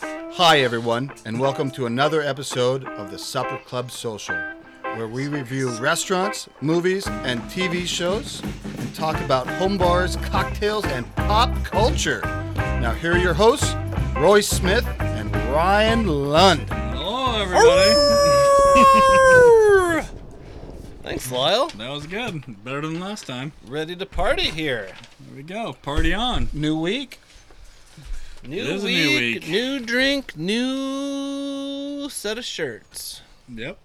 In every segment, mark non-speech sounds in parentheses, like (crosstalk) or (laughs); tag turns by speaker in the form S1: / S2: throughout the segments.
S1: Hi, everyone, and welcome to another episode of the Supper Club Social, where we review restaurants, movies, and TV shows and talk about home bars, cocktails, and pop culture. Now, here are your hosts, Roy Smith and Ryan Lund.
S2: Hello, everybody.
S3: (laughs) Thanks, Lyle.
S2: that was good. Better than last time.
S3: Ready to party here.
S2: There we go. Party on.
S1: New week.
S3: New
S2: It is a
S3: week,
S2: new week.
S3: new drink, new set of shirts.
S2: Yep.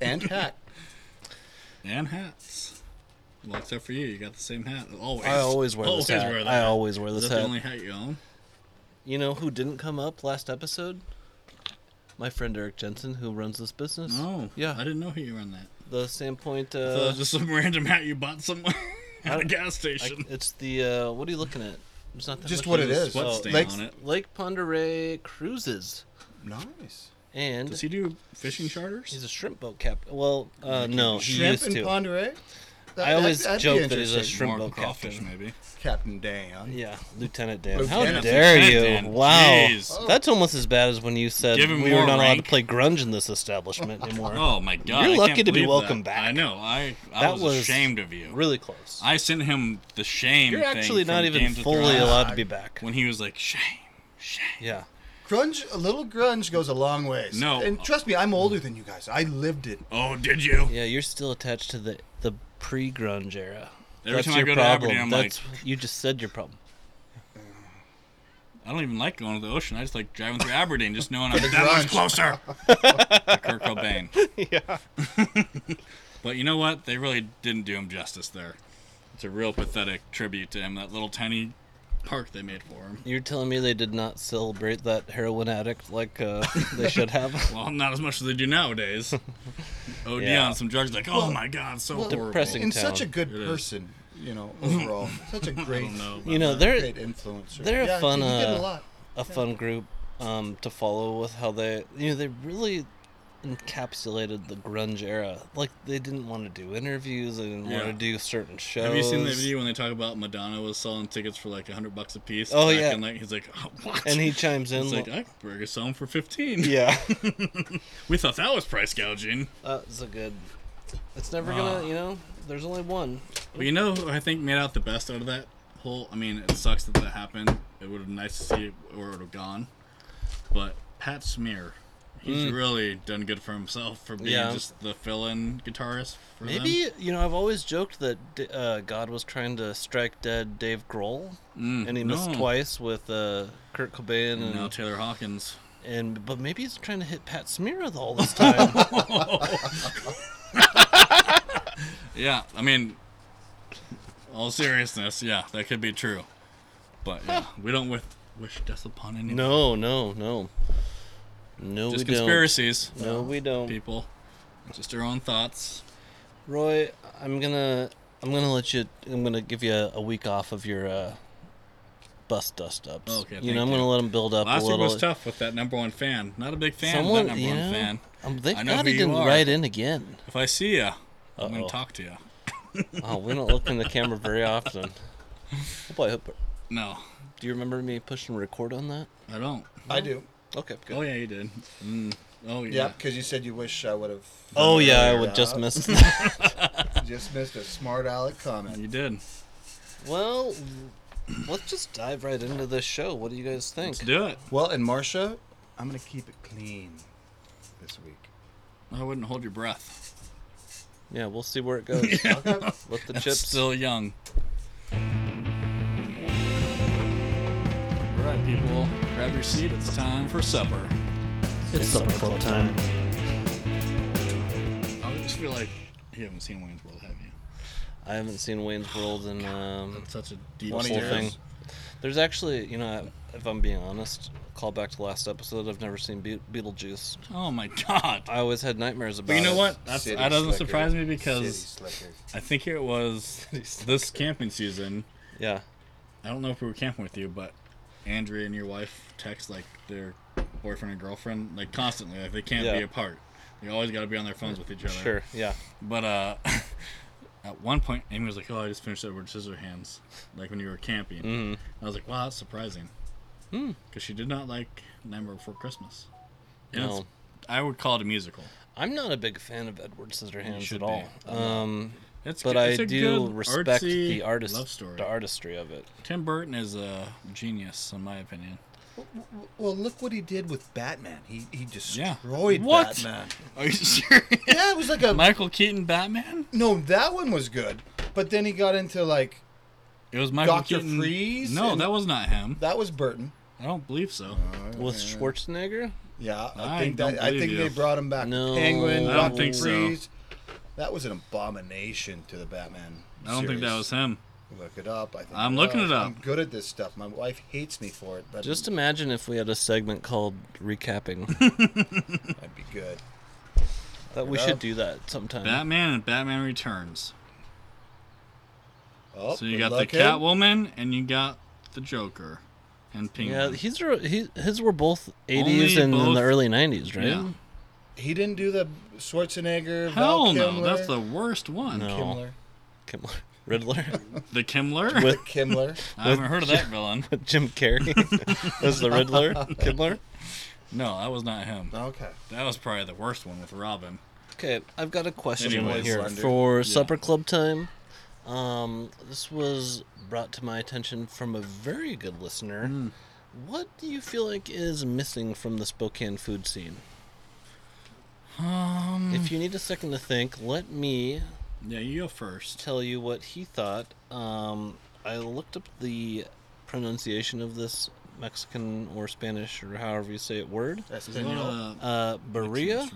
S1: And hat.
S2: And hats. Well, except for you, you got the same hat always.
S3: I always wear
S2: always
S3: this hat.
S2: Wear that.
S3: I always wear
S2: Is
S3: this
S2: that the
S3: hat.
S2: only hat you own?
S3: You know who didn't come up last episode? My friend Eric Jensen, who runs this business.
S2: No.
S3: Yeah.
S2: Oh. I didn't know who you were in that.
S3: The Sandpoint.
S2: So
S3: Uh,
S2: it's just some (laughs) random hat you bought somewhere at
S3: I-
S2: a gas
S3: I,
S2: station.
S3: it's the. Uh, what are you looking at? It's not that
S1: Just
S3: much
S1: what it
S3: news.
S1: is.
S2: Sweat
S3: Oh,
S2: stain
S1: Like-
S2: on it.
S3: Lake Ponderay Cruises,
S1: Nice.
S3: and
S2: Does he do fishing charters?
S3: he's a shrimp boat captain. Well, uh, no, he
S1: Shrimp
S3: used
S1: and
S3: to.
S1: Ponderay? That-
S3: I always
S1: that'd be
S3: joke that he's a
S1: interesting.
S3: shrimp
S2: More
S3: boat
S2: crawfish,
S3: captain.
S2: maybe.
S1: Captain Dan.
S3: Yeah, Lieutenant Dan. How
S1: Lieutenant
S3: dare
S2: Dan.
S3: you?
S2: Lieutenant Dan.
S3: Wow,
S2: Jeez.
S3: that's almost as bad as when you said
S2: Oh. Give him
S3: we were
S2: more
S3: not allowed
S2: rank.
S3: to play grunge in this
S2: (laughs)
S3: establishment anymore.
S2: Oh my god!
S3: You're
S2: I
S3: lucky
S2: can't
S3: to be
S2: believe
S3: welcome
S2: that.
S3: back.
S2: I know. I I
S3: That
S2: was,
S3: was
S2: ashamed of you.
S3: Really close.
S2: I sent him the shame.
S3: You're
S2: thing
S3: actually
S2: from
S3: not
S2: Games
S3: even
S2: of
S3: fully
S2: Thrones
S3: allowed to be back.
S2: When he was like shame, shame.
S3: Yeah,
S1: Grunge, a little grunge goes a long ways.
S2: No.
S1: And trust me, I'm older than you guys. I lived it.
S2: Oh, did you?
S3: yeah, you're still attached to the the pre-grunge era.
S2: Every
S3: that's
S2: time I
S3: your
S2: go to
S3: problem.
S2: Aberdeen, I'm
S3: that's you just said your problem.
S2: I don't even like going to the ocean. I just like driving through Aberdeen, just knowing I'm that much
S1: grunge.
S3: (laughs)
S2: closer. to Kurt Cobain.
S3: yeah.
S2: (laughs) But you know what? They really didn't do him justice there. It's a real pathetic tribute to him. That little tiny park they made for him.
S3: You're telling me they did not celebrate that heroin addict like uh, they
S2: (laughs)
S3: should have.
S2: Well, not as much as they do
S3: (laughs)
S2: nowadays. OD
S3: Yeah.
S2: on some drugs, like, oh my god, so
S1: well,
S2: horrible.
S3: depressing.
S1: And such a
S3: town.
S1: good
S2: It is.
S1: person, you
S2: (laughs)
S1: know, overall. such a
S2: I
S1: great,
S2: don't know.
S3: you know, they're
S1: great influencer.
S3: they're a
S1: yeah,
S3: fun,
S1: You get a
S3: uh,
S1: lot.
S3: a fun group um, to follow with how they you know they really encapsulated the grunge era like they didn't want to do interviews they didn't
S2: Yeah.
S3: want to do certain shows
S2: Have you seen the video when they talk about Madonna was selling tickets for like hundred bucks a piece?
S3: Oh,
S2: back
S3: yeah.
S2: in, like he's like, oh, what?
S3: and he chimes in
S2: It's like,
S3: like-
S2: I could burger sell them for fifteen. (laughs)
S3: (laughs) yeah
S2: We thought that was price gouging.
S3: that's a good it's never gonna you know there's only one
S2: But you know, who I think made out the best out of that whole. I mean, it sucks that that happened. It would have been nice to see where it would have gone. But Pat Smear, he's really done good for himself for being
S3: Mm. Yeah.
S2: just the fill-in guitarist. For them.
S3: maybe you know i've always joked that D- uh, god was trying to strike dead dave grohl
S2: Mm,
S3: and he missed
S2: no.
S3: twice with uh, kurt cobain and,
S2: Now Taylor Hawkins.
S3: and but maybe he's trying to hit pat smear
S2: (laughs)
S3: all this time
S2: Yeah, I mean, all seriousness, yeah, that could be true. But yeah, we don't with, wish death upon anyone.
S3: No, no, no. No,
S2: just
S3: we
S2: conspiracies,
S3: don't. No, we don't.
S2: people. Just our own thoughts.
S3: Roy, I'm gonna, I'm gonna let you. I'm gonna give you a, a week off of your uh, bus dust ups.
S2: Okay,
S3: You
S2: thank
S3: know, I'm gonna
S2: you.
S3: let them build up
S2: Last
S3: a
S2: week
S3: little.
S2: was tough with that number one fan. Not a big fan
S3: Someone,
S2: of that number
S3: you know,
S2: one fan.
S3: Um, thank
S2: I know
S3: God
S2: who
S3: he
S2: you
S3: didn't
S2: are.
S3: write in again.
S2: If I see ya, I'm gonna
S3: Uh-oh.
S2: talk to ya.
S3: Oh, we don't look in the camera
S2: (laughs)
S3: very often. Oh, boy, I hope-
S2: No,
S3: do you remember me pushing record on that?
S2: I don't.
S1: I do.
S3: Okay, good.
S2: Oh yeah, you did. Mm. Oh
S1: Yeah,
S2: yeah.
S1: because you said you wish I would have.
S3: Oh yeah, I would just miss (laughs) that.
S1: Just missed a smart aleck comment.
S2: You did.
S3: well, let's just dive right into this show. What do you guys think?
S2: Let's do it.
S1: Well, and Marcia, I'm gonna keep it clean this
S2: (laughs)
S1: week.
S2: I wouldn't hold your breath.
S3: Yeah, we'll
S2: (laughs)
S3: see where it goes.
S1: Okay.
S3: Let the
S2: I'm
S3: chips.
S2: Still young. All right, people, grab your seat. It's time for supper.
S3: It's supper club time.
S2: I just feel like you haven't seen Wayne's World, have you?
S3: I haven't seen Wayne's World in um,
S2: It's such a deep
S3: the
S1: Twenty
S3: whole
S1: years.
S3: thing. There's actually, you know, if I'm being honest, call back to last episode. I've never seen Be- Beetlejuice.
S2: Oh my god.
S3: I always had nightmares about.
S2: But you know
S3: it.
S2: what? That's,
S1: City
S2: that doesn't
S1: slicker.
S2: surprise me because
S1: City slicker.
S2: I think it was this camping season.
S3: Yeah.
S2: I don't know if we were camping with you, but Andrea and your wife text like their boyfriend and girlfriend like constantly. Like they can't
S3: Yeah.
S2: be apart. They always got to be on their phones with each other.
S3: Sure. Yeah.
S2: But uh, (laughs) at one point, Amy
S3: Mm-hmm.
S2: was like, "Oh, I just finished Edward Scissorhands," like when you were camping. I was like, "Wow, that's surprising."
S3: Hmm.
S2: because she did not like Nightmare Before Christmas. And
S3: No.
S2: it's, I would call it a musical.
S3: I'm not a big fan of Edward Scissorhands
S2: should
S3: at all.
S2: be.
S3: Um,
S2: It's
S3: but
S2: good-
S3: I
S2: it's a
S3: do
S2: good
S3: respect
S2: artsy
S3: the artist,
S2: love story.
S3: the artistry of it.
S2: Tim Burton is a genius, in my opinion.
S1: Well, look what he did with Batman. He he destroyed
S2: destroyed What?
S1: Batman.
S2: Batman. Are you (laughs) serious?
S1: Yeah, it was like a
S2: Michael Keaton Batman?
S1: no. That one was good, but then he got into like
S2: It was Michael
S1: Dr.
S2: Keaton.
S1: Freeze
S2: No,
S1: and- Uh,
S2: that was not him.
S1: that was Burton.
S2: I don't believe so.
S3: With Schwarzenegger?
S1: Yeah, I,
S2: I
S1: think
S2: don't
S1: that I
S2: believe
S1: think
S2: you.
S1: they brought him back.
S3: No.
S1: Penguin,
S3: I
S2: don't
S1: Dr.
S2: think so.
S1: Freeze. That was an abomination to the Batman.
S2: I don't think that
S1: series.
S2: was him.
S1: Look it up. I think
S2: I'm
S1: it
S2: looking
S1: was.
S2: it up.
S1: I'm good at this stuff. My wife hates me for it, but
S3: Just imagine if we had a segment called recapping.
S2: (laughs)
S1: that'd be good.
S3: that we
S1: Yeah.
S3: should do that sometime.
S2: Batman and Batman Returns.
S1: Oh,
S2: So you
S1: good
S2: got the
S1: luck, Ed.
S2: Catwoman and you got the Joker and
S3: Yeah,
S2: Penguin.
S3: he's re- he, his were both
S2: Mm.
S3: 80s
S2: Only
S3: and in
S2: both-
S3: the early 90s, right?
S2: Yeah.
S1: He didn't do the Schwarzenegger.
S2: Hell
S1: Val
S2: no,
S1: Kilmer,
S2: that's the worst one.
S3: No.
S1: Kimler.
S3: Kim-
S2: (laughs)
S3: Riddler (laughs)
S2: The Kimler? (laughs)
S3: With-
S1: Kimler.
S2: I haven't heard of that villain.
S3: (laughs) with Jim Carrey as the Riddler, Kidler.
S2: No, that was not him.
S1: Okay.
S2: That was probably the worst one with Robin.
S3: Okay, I've got a question
S2: Anyways.
S3: here
S1: Slender.
S3: for supper club time. Um, this was brought to my attention from a very good listener. What do you feel like is missing from the Spokane food scene?
S2: Um,
S3: If you need a second to think, let me
S2: yeah, you go first.
S3: tell you what he thought. Um, I looked up the pronunciation of this Mexican or Spanish or however you say it word.
S1: That's
S2: Is that
S1: Espanol.
S2: a-
S3: Uh, Berea,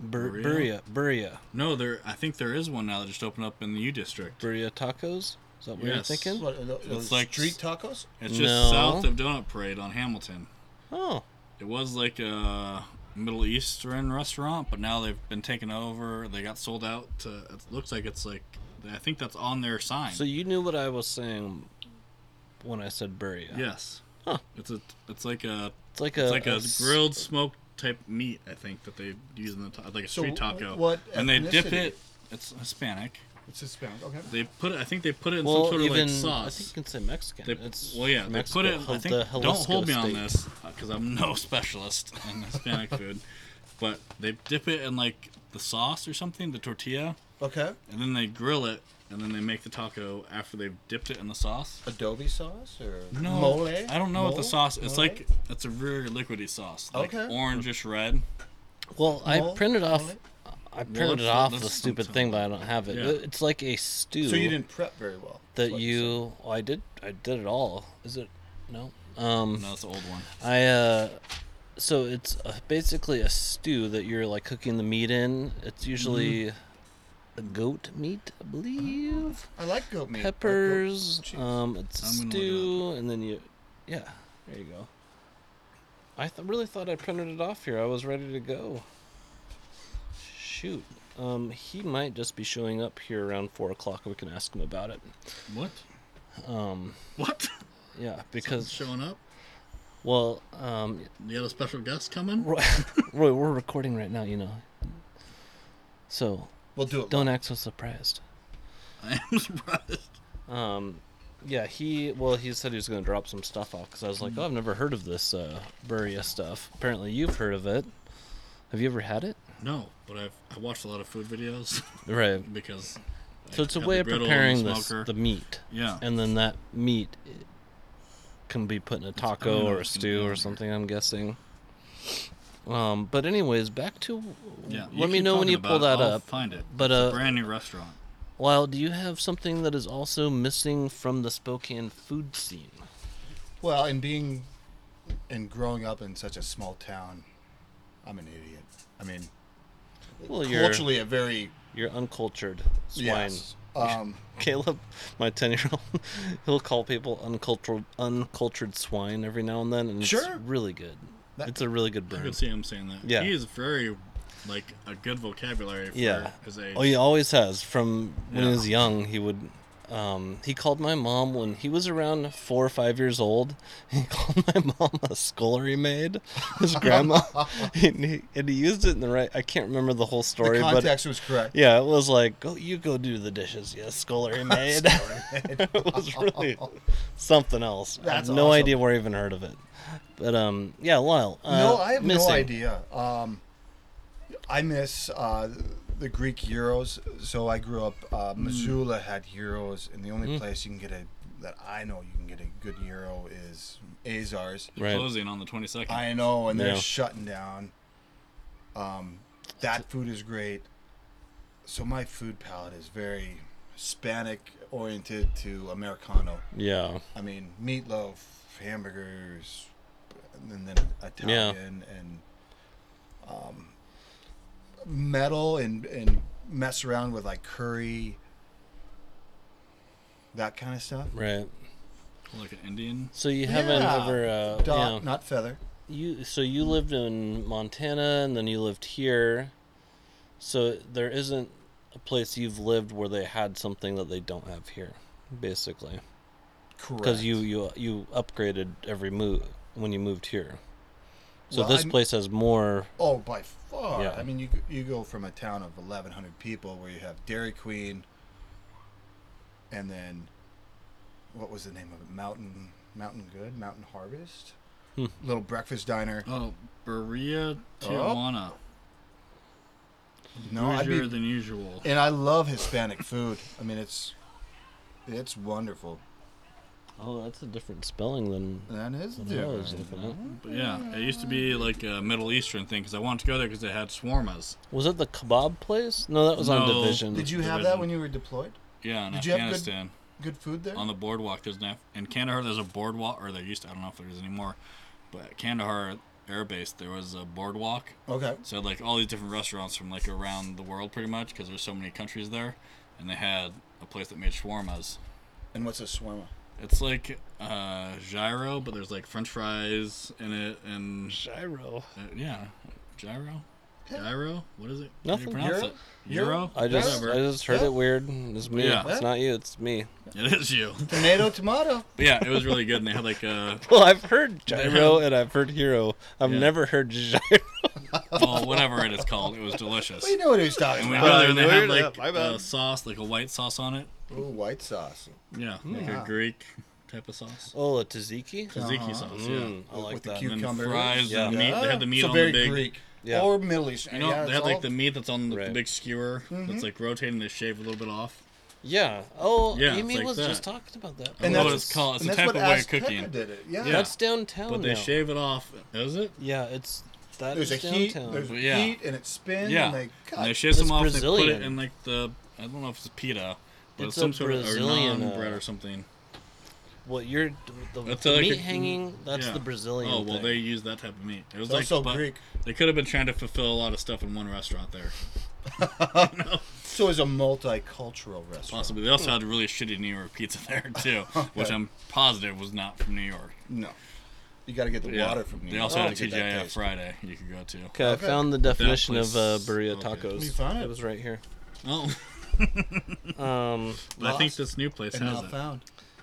S3: Ber-
S2: Berea?
S3: Berea, Berea,
S2: No, there. I think there is one now that just opened up in the U district.
S3: Berea tacos. Is that what you're
S2: Yes.
S3: thinking?
S1: What, uh, uh,
S2: It's like-
S1: street tacos.
S2: It's just
S3: No.
S2: south of Donut Parade on Hamilton.
S3: Oh,
S2: It was like a Middle Eastern restaurant, but now they've been taken over. They got sold out. To, it looks like it's like I think that's on their sign.
S3: so you knew what I was saying when I said Berea.
S2: yes,
S3: Huh.
S2: it's a it's like a
S3: It's like a,
S2: it's like a,
S3: s-
S2: grilled smoked type meat. I think that they use in the ta- like a
S1: So
S2: street
S1: wh-
S2: taco.
S1: what
S2: and they dip
S1: ethnicity?
S2: it. It's Hispanic.
S1: It's Hispanic. Okay.
S2: They put it. I think they put it in
S3: Well,
S2: some sort of
S3: even
S2: like
S3: I think
S2: sauce.
S3: you can say Mexican.
S2: They,
S3: it's
S2: well, yeah, they
S3: Mexico,
S2: put it.
S3: Jal-
S2: I think,
S3: the
S2: don't
S3: Jalisco
S2: hold me on
S3: state.
S2: this because I'm no (laughs) specialist in Hispanic food, but they dip it in like the sauce or something, the tortilla,
S1: Okay.
S2: and then they grill it, and then they make the taco after they've dipped it in the sauce.
S1: Adobe sauce or
S2: No,
S1: mole?
S2: I don't know what
S1: Mole?
S2: the sauce. It's
S1: Mole?
S2: like it's a very liquidy sauce, like
S1: Okay.
S2: orangish red.
S3: Well, I
S1: Mole?
S3: printed off.
S1: Mole?
S3: I printed
S2: that's-
S3: off
S2: that's what
S3: the
S2: I'm
S3: stupid
S2: talking
S3: thing, but I don't have it.
S2: Yeah.
S3: It's like a stew.
S1: So you didn't prep very well.
S3: that
S1: That's what you're
S3: you oh, I did I did it all. Is it no? Um
S2: No, it's the old one.
S3: I uh so it's uh basically a stew that you're like cooking the meat in. It's usually a goat meat, I believe.
S1: saying. I like goat meat. I like goat
S3: Peppers.
S1: cheese.
S3: Um it's a
S2: I'm gonna look it
S3: stew and then you yeah, there you go. I th- really thought I printed it off here. I was ready to go. Shoot. Um, he might just be showing up here around four o'clock. We can ask him about it.
S2: What?
S3: Um, (laughs)
S2: What?
S3: yeah, because
S2: (laughs) Showing up?
S3: Well, um,
S2: You had a special guest coming?
S3: Roy, Roy, we're recording right now, you know. So
S1: We'll do it.
S3: don't act so surprised.
S2: (laughs) I am surprised.
S3: Um, yeah, he well, he said he was going to drop some stuff off because I was like,
S2: Hmm.
S3: oh, I've never heard of this uh, Buria stuff. Apparently, you've heard of it. Have you ever had it?
S2: No, but I've I watched a lot of food (laughs) videes.
S3: Right.
S2: because
S3: So it's a
S2: Got the
S3: way of
S2: griddle and
S3: preparing
S2: the
S3: this
S2: smoker.
S3: the meat,
S2: yeah
S3: and then that meat it can be put in a taco
S2: know
S3: or a
S2: it's gonna
S3: stew
S2: be
S3: or
S2: on
S3: something. I'm guessing. Um, but anyways, back to
S2: yeah you
S3: let me
S2: keep
S3: know when
S2: talking
S3: you pull
S2: about
S3: that
S2: it, I'll
S3: up.
S2: find it
S3: but,
S2: It's a
S3: uh,
S2: brand new restaurant
S3: Lyle, do you have something that is also missing from the Spokane food scene?
S1: Well, and being and growing up in such a small town, I'm an idiot. I mean,
S3: Well, you're
S1: culturally a very
S3: you're uncultured swine.
S1: yes. Um,
S3: Caleb, my ten year old, (laughs) he'll call people uncultured uncultured swine every now and then, and
S1: Sure.
S3: it's really good.
S1: That-
S3: it's a really good
S2: i
S3: burn.
S2: could see him saying that
S3: Yeah.
S2: he is very like a good vocabulary for
S3: Yeah.
S2: his age
S3: Oh, he always has. From when he
S2: Yeah.
S3: was young, he would. Um, he called my mom when he was around four or five years old. (laughs) He called my mom a scullery maid, his grandma, (laughs) and, he, and he used it in the right. I can't remember the whole story,
S1: the
S3: but
S1: context was correct.
S3: yeah, it was like, go you go do the dishes, yes,
S1: (laughs)
S3: scullery maid. (laughs) it was really something else. I have
S1: That's
S3: no
S1: awesome.
S3: idea where I even heard of it. But um, yeah, Lyle.
S1: (laughs)
S3: Uh,
S1: no, I have
S3: missing.
S1: no idea. Um, I miss uh, the Greek euros. So I grew up. Uh,
S3: Hmm.
S1: Missoula had euros, and the only place you can get a that I know you can get a good euro is Azars.
S3: Right.
S2: Closing on the 22nd.
S1: I know, and they're
S3: Yeah.
S1: shutting down. Um, that food is great. So my food palette is very Hispanic oriented to Americano.
S3: Yeah,
S1: I mean, meatloaf, hamburgers, and then Italian and um, metal and, and mess around with like curry, that kind of stuff.
S3: right.
S2: Like an Indian.
S3: So you haven't
S1: Yeah.
S3: ever, uh,
S1: Dot,
S3: yeah.
S1: not feather.
S3: you so you lived in Montana and then you lived here. So there isn't a place you've lived where they had something that they don't have here, basically,
S1: Correct.
S3: because you you you upgraded every move when you moved here. So
S1: Well,
S3: this
S1: I'm-
S3: place has more.
S1: Oh, by far.
S3: Yeah.
S1: I mean, you you go from a town of 1,100 people where you have Dairy Queen, and then what was the name of it? Mountain Mountain Good, Mountain Harvest,
S3: Hmm.
S1: little breakfast diner.
S2: Oh, Berea,
S3: Oh.
S2: Tijuana.
S3: Oh,
S1: No, I'd
S2: Bougier
S1: be,
S2: than usual.
S1: and I love Hispanic food. I mean, it's it's wonderful.
S3: Oh, that's a different spelling than
S1: That is
S3: what I was
S1: different.
S3: looking at.
S2: But yeah, it used to be like a Middle Eastern thing because I wanted to go there because they had swarmas.
S3: Was that the kebab place? No, that was on
S2: No.
S3: Division.
S1: Did you have that when you were deployed?
S2: Yeah, in
S1: Did you have good-
S2: Afghanistan.
S1: Good food there.
S2: on the boardwalk. There's an in Kandahar. There's a boardwalk, or there used to. I don't know if there is anymore, but at Kandahar Air Base there was a boardwalk.
S1: okay.
S2: So like all these different restaurants from like around the world, pretty much, because there's so many countries there, and they had a place that made shawarmas.
S1: And what's a shawarma?
S2: It's like uh, gyro, but there's like French fries in it, and
S3: Gyro.
S2: uh, yeah, gyro, gyro. What is it?
S3: Nothing.
S2: How do you pronounce
S1: Euro?
S2: it? Euro.
S3: I just
S2: Whatever.
S3: I just heard
S1: Yeah.
S3: it weird. It's me.
S2: Yeah.
S3: It's not you. It's me.
S2: It is you.
S1: Tomato, tomato.
S2: But yeah, it was really good, and they had like uh,
S3: (laughs) Well, I've heard
S2: (laughs)
S3: gyro
S2: Yeah.
S3: and I've heard hero. I've
S2: Yeah.
S3: never heard gyro.
S2: well, whatever it is called. It was delicious.
S1: Well, you know what he was talking
S2: And we
S1: about.
S2: go there and they have
S3: weird, yeah,
S2: like
S3: my bad.
S2: a sauce, like a white sauce on it.
S1: Ooh, white sauce.
S2: Yeah, like
S1: Hmm. Yeah.
S2: a Greek type of sauce.
S3: Oh, a tzatziki.
S2: Tzatziki
S1: Uh-huh.
S2: sauce, yeah.
S3: Mm, I like
S1: with the
S3: that.
S2: And then
S1: cucumber.
S2: fries
S3: Yeah.
S2: and the meat. They had the meat
S1: so
S2: on
S1: very
S2: the big.
S1: Greek
S3: Yeah.
S1: or Middle Eastern.
S2: You know,
S1: yeah,
S2: they
S1: it's
S2: had like
S1: all-
S2: the meat that's on the, the
S3: Right.
S2: big skewer
S1: Mm-hmm.
S2: that's like rotating. They shave a little bit off.
S3: Yeah. Oh,
S2: Yeah, it's
S3: Amy
S2: like
S3: was
S2: that.
S3: just talking about that.
S2: I
S1: And that's-
S2: love what it's called. It's
S1: and
S2: a
S1: that's
S2: type
S1: what
S2: of way of
S1: Azteca
S2: cooking.
S1: did it. Yeah.
S2: Yeah.
S3: That's downtown.
S2: But they
S3: now.
S2: shave it off. Is it?
S3: Yeah, it's that
S1: There's a
S3: is
S1: heat.
S3: downtown.
S1: There's
S2: Yeah.
S1: heat, and it spins.
S2: Yeah.
S1: And they cut.
S2: And they shave some
S3: It's
S2: off. They put
S3: Brazilian.
S2: it in like the I don't know if it's pita, but
S3: It's
S2: it's,
S3: a
S2: some sort
S3: Brazilian,
S2: of or naan bread
S3: uh,
S2: or something.
S3: What you're the,
S2: That's
S3: the
S2: like
S3: meat
S2: a-
S3: hanging? That's
S2: yeah.
S3: the Brazilian.
S2: Oh well,
S3: thing.
S2: they use that type of meat. It was
S1: It's
S2: like
S1: also
S2: but
S1: Greek.
S2: They could have been trying to fulfill a lot of stuff in one restaurant there.
S1: So it's a multicultural restaurant.
S2: Possibly. They also had really shitty New York pizza (laughs) there
S1: (laughs)
S2: too, which I'm positive was not from New York.
S1: No. You got to get the
S2: Yeah.
S1: water from Oh, New
S2: They
S1: York
S2: also had a
S1: to get that
S2: TGIF
S1: taste.
S2: Friday you could go to.
S3: Okay, I
S1: Okay.
S3: found the definition of uh,
S2: place-
S3: burrito
S2: okay.
S3: tacos.
S1: You found it?
S3: was right here.
S2: Oh,
S3: Um,
S2: (laughs) but I think
S1: Lost
S2: this new place
S1: And
S2: has
S1: not
S2: it.
S1: found.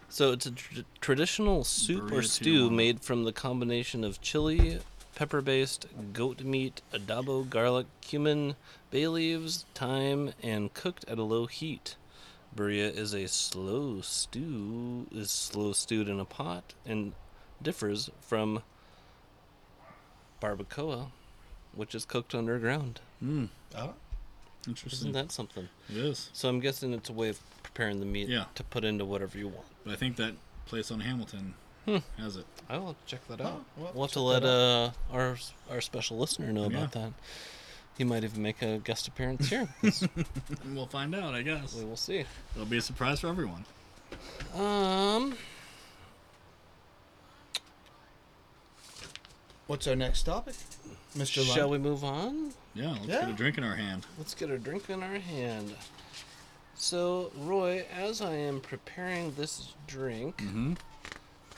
S3: so it's a tr- traditional soup or
S2: Burrito
S3: stew
S2: Tijuana.
S3: made from the combination of chili, pepper-based goat meat, adobo, garlic, cumin, bay leaves, thyme, and cooked at a low heat. Burrito is a slow stew is slow stewed in a pot and differs from barbacoa, which is cooked underground.
S1: Oh.
S2: Interesting.
S3: Isn't that something?
S2: it is.
S3: So I'm guessing it's a way of preparing the meat
S2: Yeah.
S3: to put into whatever you want.
S2: But I think that place on Hamilton
S1: Hmm.
S2: has it.
S3: I will check that
S1: Oh,
S3: out.
S1: we'll have to
S3: we'll have to
S1: check
S3: let
S1: that
S3: uh, our our special listener know about
S2: Yeah.
S3: that. He might even make a guest
S1: (laughs)
S3: appearance here. 'cause
S2: And (laughs) we'll find out, I guess.
S3: we will see.
S2: It'll be a surprise for everyone.
S3: Um,
S1: What's our next topic? Mr.
S3: shall
S1: Lund?
S3: we move on?
S2: Yeah, let's
S1: Yeah.
S2: get a drink in
S1: (laughs)
S2: our hand.
S3: Let's get a drink in our hand. So, Roy, as I am preparing this drink,
S1: Mm-hmm.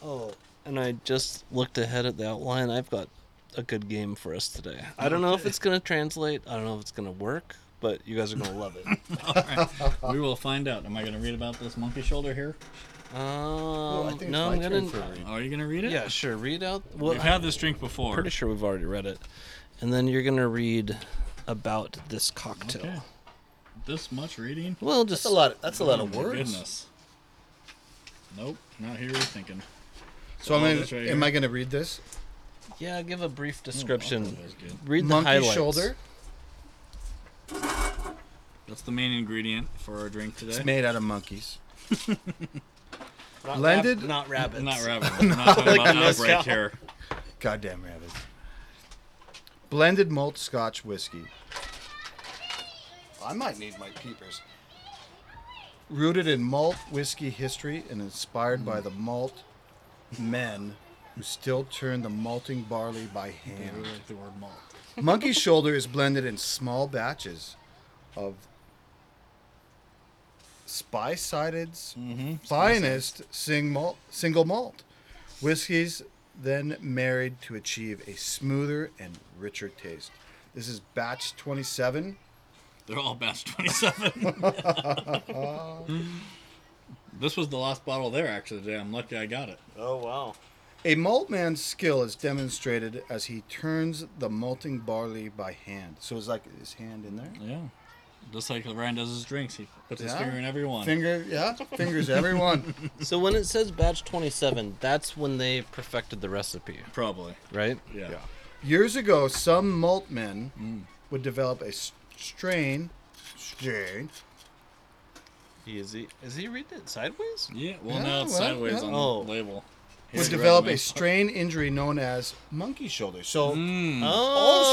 S3: oh, and I just looked ahead at the outline, I've got a good game for us today. I don't know if it's going to translate, I don't know if it's going to work, but you guys are
S1: (laughs)
S3: gonna love it.
S2: we will find out. Am I going to read about this monkey shoulder here?
S3: Um,
S1: I think it's
S3: no,
S1: my
S3: I'm
S1: turn
S3: gonna.
S1: for a read.
S2: Are you going to read it?
S3: Yeah, sure. Read out. Well,
S2: We've had this drink before.
S3: pretty sure we've already read it. And then you're gonna read about this cocktail.
S2: Okay. This much reading?
S3: Well, just Mm,
S1: That's a lot. That's a lot of
S2: Oh, my
S1: words.
S2: Goodness. Nope, not here. You're thinking.
S1: So I'm
S2: That's
S1: gonna,
S2: right
S1: am
S2: here.
S1: I going to read this?
S3: Yeah, give a brief
S2: Oh, I
S3: description.
S2: thought that was good.
S3: Read the
S1: Monkey
S3: highlights.
S1: shoulder.
S2: That's the main ingredient for our drink today.
S1: It's made out of monkeys.
S3: Not
S1: Blended?
S3: not rabbits.
S2: Not rabbit. I'm not talking about outbreak here.
S1: Goddamn rabbits. Blended malt Scotch whiskey. I might need my peepers. Rooted in malt whiskey history and inspired by the malt men who still turn the malting barley by
S2: I
S1: hand.
S2: really like the word malt.
S1: Monkey shoulder is blended in small batches of spice-sided's finest sing malt, single malt whiskeys, then married to achieve a smoother and richer taste. This is batch 27.
S2: They're all batch 27. this was the last bottle there, actually, today. I'm lucky I got it.
S3: Oh wow.
S1: A malt man's skill is demonstrated as he turns the malting barley by hand. So it's like his hand in there.
S2: Yeah. Just like Ryan does his drinks, he puts his
S1: Yeah.
S2: finger in every one.
S1: Finger, yeah, fingers everyone.
S3: So when it says batch 27, that's when they perfected the recipe,
S2: Probably.
S3: right?
S2: Yeah.
S1: Yeah. Years ago, some malt men would develop a s- strain, strain
S3: He is he is he reading it sideways?
S2: Yeah, well,
S1: Yeah,
S2: now it's
S1: well,
S2: sideways
S1: yeah.
S2: on
S3: Oh.
S2: the label. Here,
S1: would
S2: grab
S1: develop
S2: me.
S1: a strain injury known as monkey shoulder. So
S2: Mm.
S3: Oh,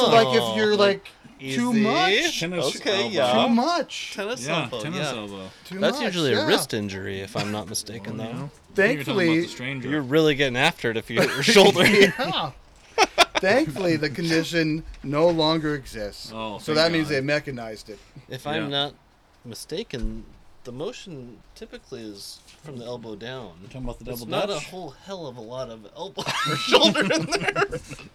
S1: also like if you're like, too
S3: easy.
S1: much, too
S2: Tennis
S3: okay,
S2: elbow.
S3: Oh. yeah.
S1: much,
S3: Tennis
S2: Yeah,
S3: elbow,
S2: tennis
S3: yeah.
S2: elbow.
S1: too
S3: That's
S1: much,
S3: usually
S1: yeah.
S3: a wrist injury, if I'm not mistaken,
S2: You know?
S3: though.
S2: I think
S1: Thankfully,
S3: You're
S2: you're talking about
S3: really getting after it if you hit
S2: (laughs)
S3: your shoulder.
S1: (laughs) yeah. Thankfully, the condition no longer exists.
S2: Oh,
S1: so
S2: thank
S1: that means
S2: God.
S1: they mechanized it.
S3: If
S2: Yeah.
S3: I'm not mistaken, the motion typically is from the elbow down.
S2: the
S3: It's
S2: double
S3: not a
S2: dutch.
S3: whole hell of a lot of elbow (laughs) or shoulder in there.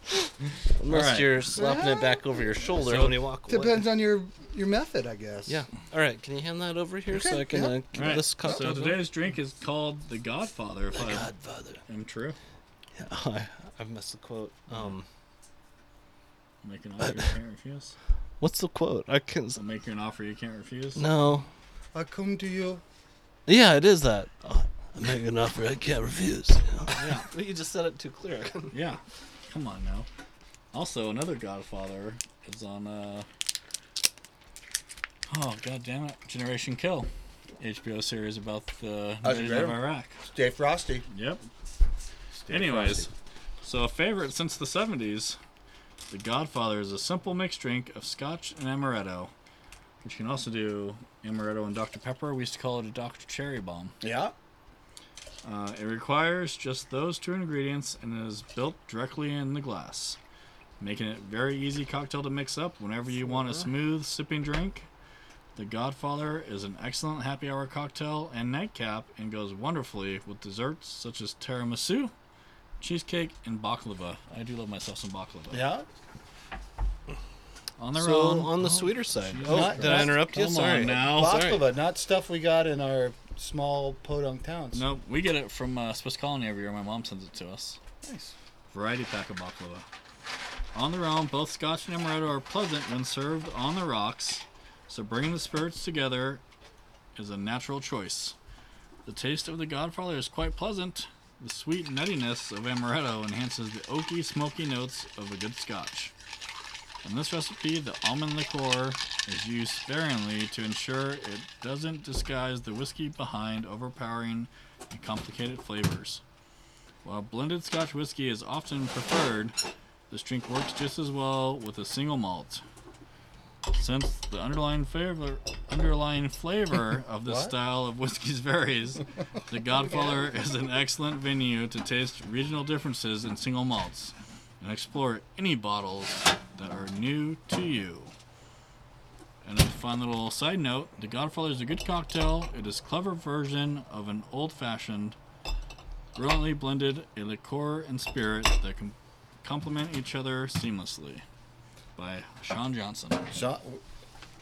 S3: (laughs) Unless
S2: Alright.
S3: you're slapping it back over your shoulder
S2: So-
S3: when you walk away.
S1: Depends on your your method, I guess.
S3: Yeah. All right. Can you hand that over here so
S1: Okay,
S3: I can
S1: yeah.
S3: uh, get
S2: Alright,
S3: this cup?
S2: So today's drink is called the Godfather. If I
S3: (laughs) Godfather.
S2: am true,
S3: Yeah, Oh, I, I've missed the quote. Um,
S2: I'll make an offer you can't refuse.
S3: what's the quote? I can't.
S2: I'll make you an offer you can't refuse.
S3: No.
S1: I come to you.
S3: Yeah, it is that. Oh, I'm making an offer I can't refuse. Oh, Yeah. you just said it too clear.
S2: Yeah, come on now. Also, another Godfather is on. uh Oh God damn it! Generation Kill, HBO series about the
S1: That's
S2: invasion
S1: great.
S2: of Iraq.
S1: Stay frosty.
S2: Yep. Anyways, so a favorite since the 70s, The Godfather is a simple mixed drink of scotch and amaretto, which you can also do amaretto and Dr. Pepper. We used to call it a Dr. Cherry Bomb.
S1: Yeah.
S2: Uh, it requires just those two ingredients and is built directly in the glass, making it a very easy cocktail to mix up whenever you want a smooth sipping drink. The Godfather is an excellent happy hour cocktail and nightcap and goes wonderfully with desserts such as tiramisu, cheesecake, and baklava. I do love myself some baklava.
S1: Yeah.
S2: On their
S3: so
S2: own.
S3: on the sweeter side.
S2: Jesus
S3: Oh,
S1: Christ.
S3: did I interrupt you?
S2: Come
S3: Sorry.
S2: on now.
S1: Baklava, not stuff we got in our small podunk towns.
S2: No, we get it from uh, Swiss Colony every year. My mom sends it to us.
S1: Nice.
S2: variety pack of baklava. On their own, both scotch and amaretto are pleasant when served on the rocks, so bringing the spirits together is a natural choice. The taste of the Godfather is quite pleasant. The sweet nuttiness of amaretto enhances the oaky, smoky notes of a good scotch. In this recipe, the almond liqueur is used sparingly to ensure it doesn't disguise the whiskey behind overpowering and complicated flavors. While blended Scotch whiskey is often preferred, this drink works just as well with a single malt. Since the underlying flavor, underlying flavor of this
S1: What?
S2: style of whiskeys (laughs) varies, the Godfather is an excellent venue to taste regional differences in single malts and explore any bottles that are new to you. And a fun little side note the Godfather is a good cocktail. It is a clever version of an old fashioned, brilliantly blended a liqueur and spirit that can complement each other seamlessly. By Sean Johnson.
S1: So,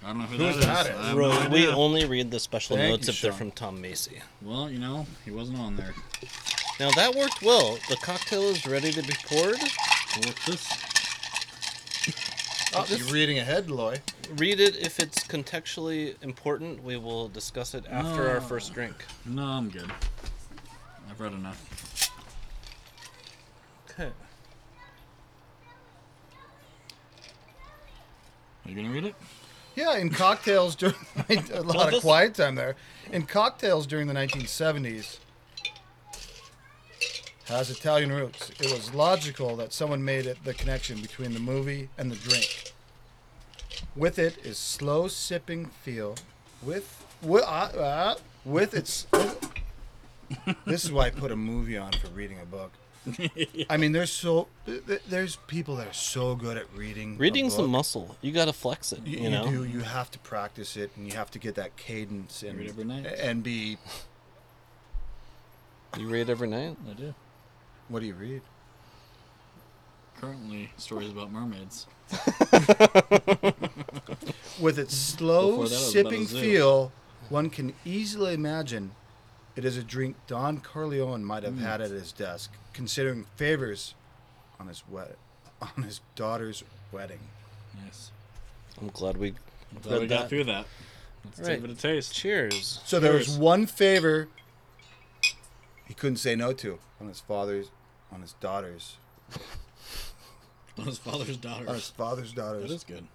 S2: I don't know who
S1: Who's
S2: that is.
S1: that
S2: I have
S3: Ro-
S2: no
S3: we
S2: idea.
S3: only read the special
S1: Thank
S3: notes
S1: you,
S3: if they're
S1: Sean.
S3: from Tom Macy.
S2: Well, you know, he wasn't on there.
S3: Now that worked well. The cocktail is ready to be poured.
S2: So what's this?
S1: Oh, You're reading ahead, Loy.
S3: Read it if it's contextually important. We will discuss it after our
S2: No.
S3: first drink.
S2: No, I'm good. I've read enough.
S3: Okay.
S2: Are you gonna read it?
S1: Yeah, in cocktails during (laughs) a lot of
S3: this-
S1: quiet time there. In cocktails during the 1970s, has Italian roots. It was logical that someone made it the connection between the movie and the drink. With it is slow sipping feel. With with, uh, uh, with its. this is why I put a movie on for reading a book. I mean, there's so there's people that are so good at reading. a
S3: Reading's a
S1: book.
S3: muscle. You gotta flex it.
S1: You,
S3: You,
S1: you
S3: know.
S1: do. You have to practice it, and you have to get that cadence and
S2: Read every night.
S1: and be.
S3: You read every night.
S2: I do.
S1: What do you read?
S2: Currently, stories about mermaids.
S1: With its slow
S2: Mm-hmm. Before that, it was about
S1: sipping
S2: a zoo.
S1: feel, one can easily imagine it is a drink Don Corleone might have
S2: Mm.
S1: had at his desk, considering favors on his wed- on his daughter's wedding.
S2: Yes.
S3: I'm glad we.
S2: I'm glad
S3: Read
S2: we got
S3: that.
S2: through that. Let's
S3: Right.
S2: give it a taste. (laughs)
S3: Cheers.
S1: So there was
S2: Cheers.
S1: one favor he couldn't say no to on his father's, on his daughter's,
S2: On his father's daughter.
S1: on his father's
S2: That
S1: daughter's.
S2: is good.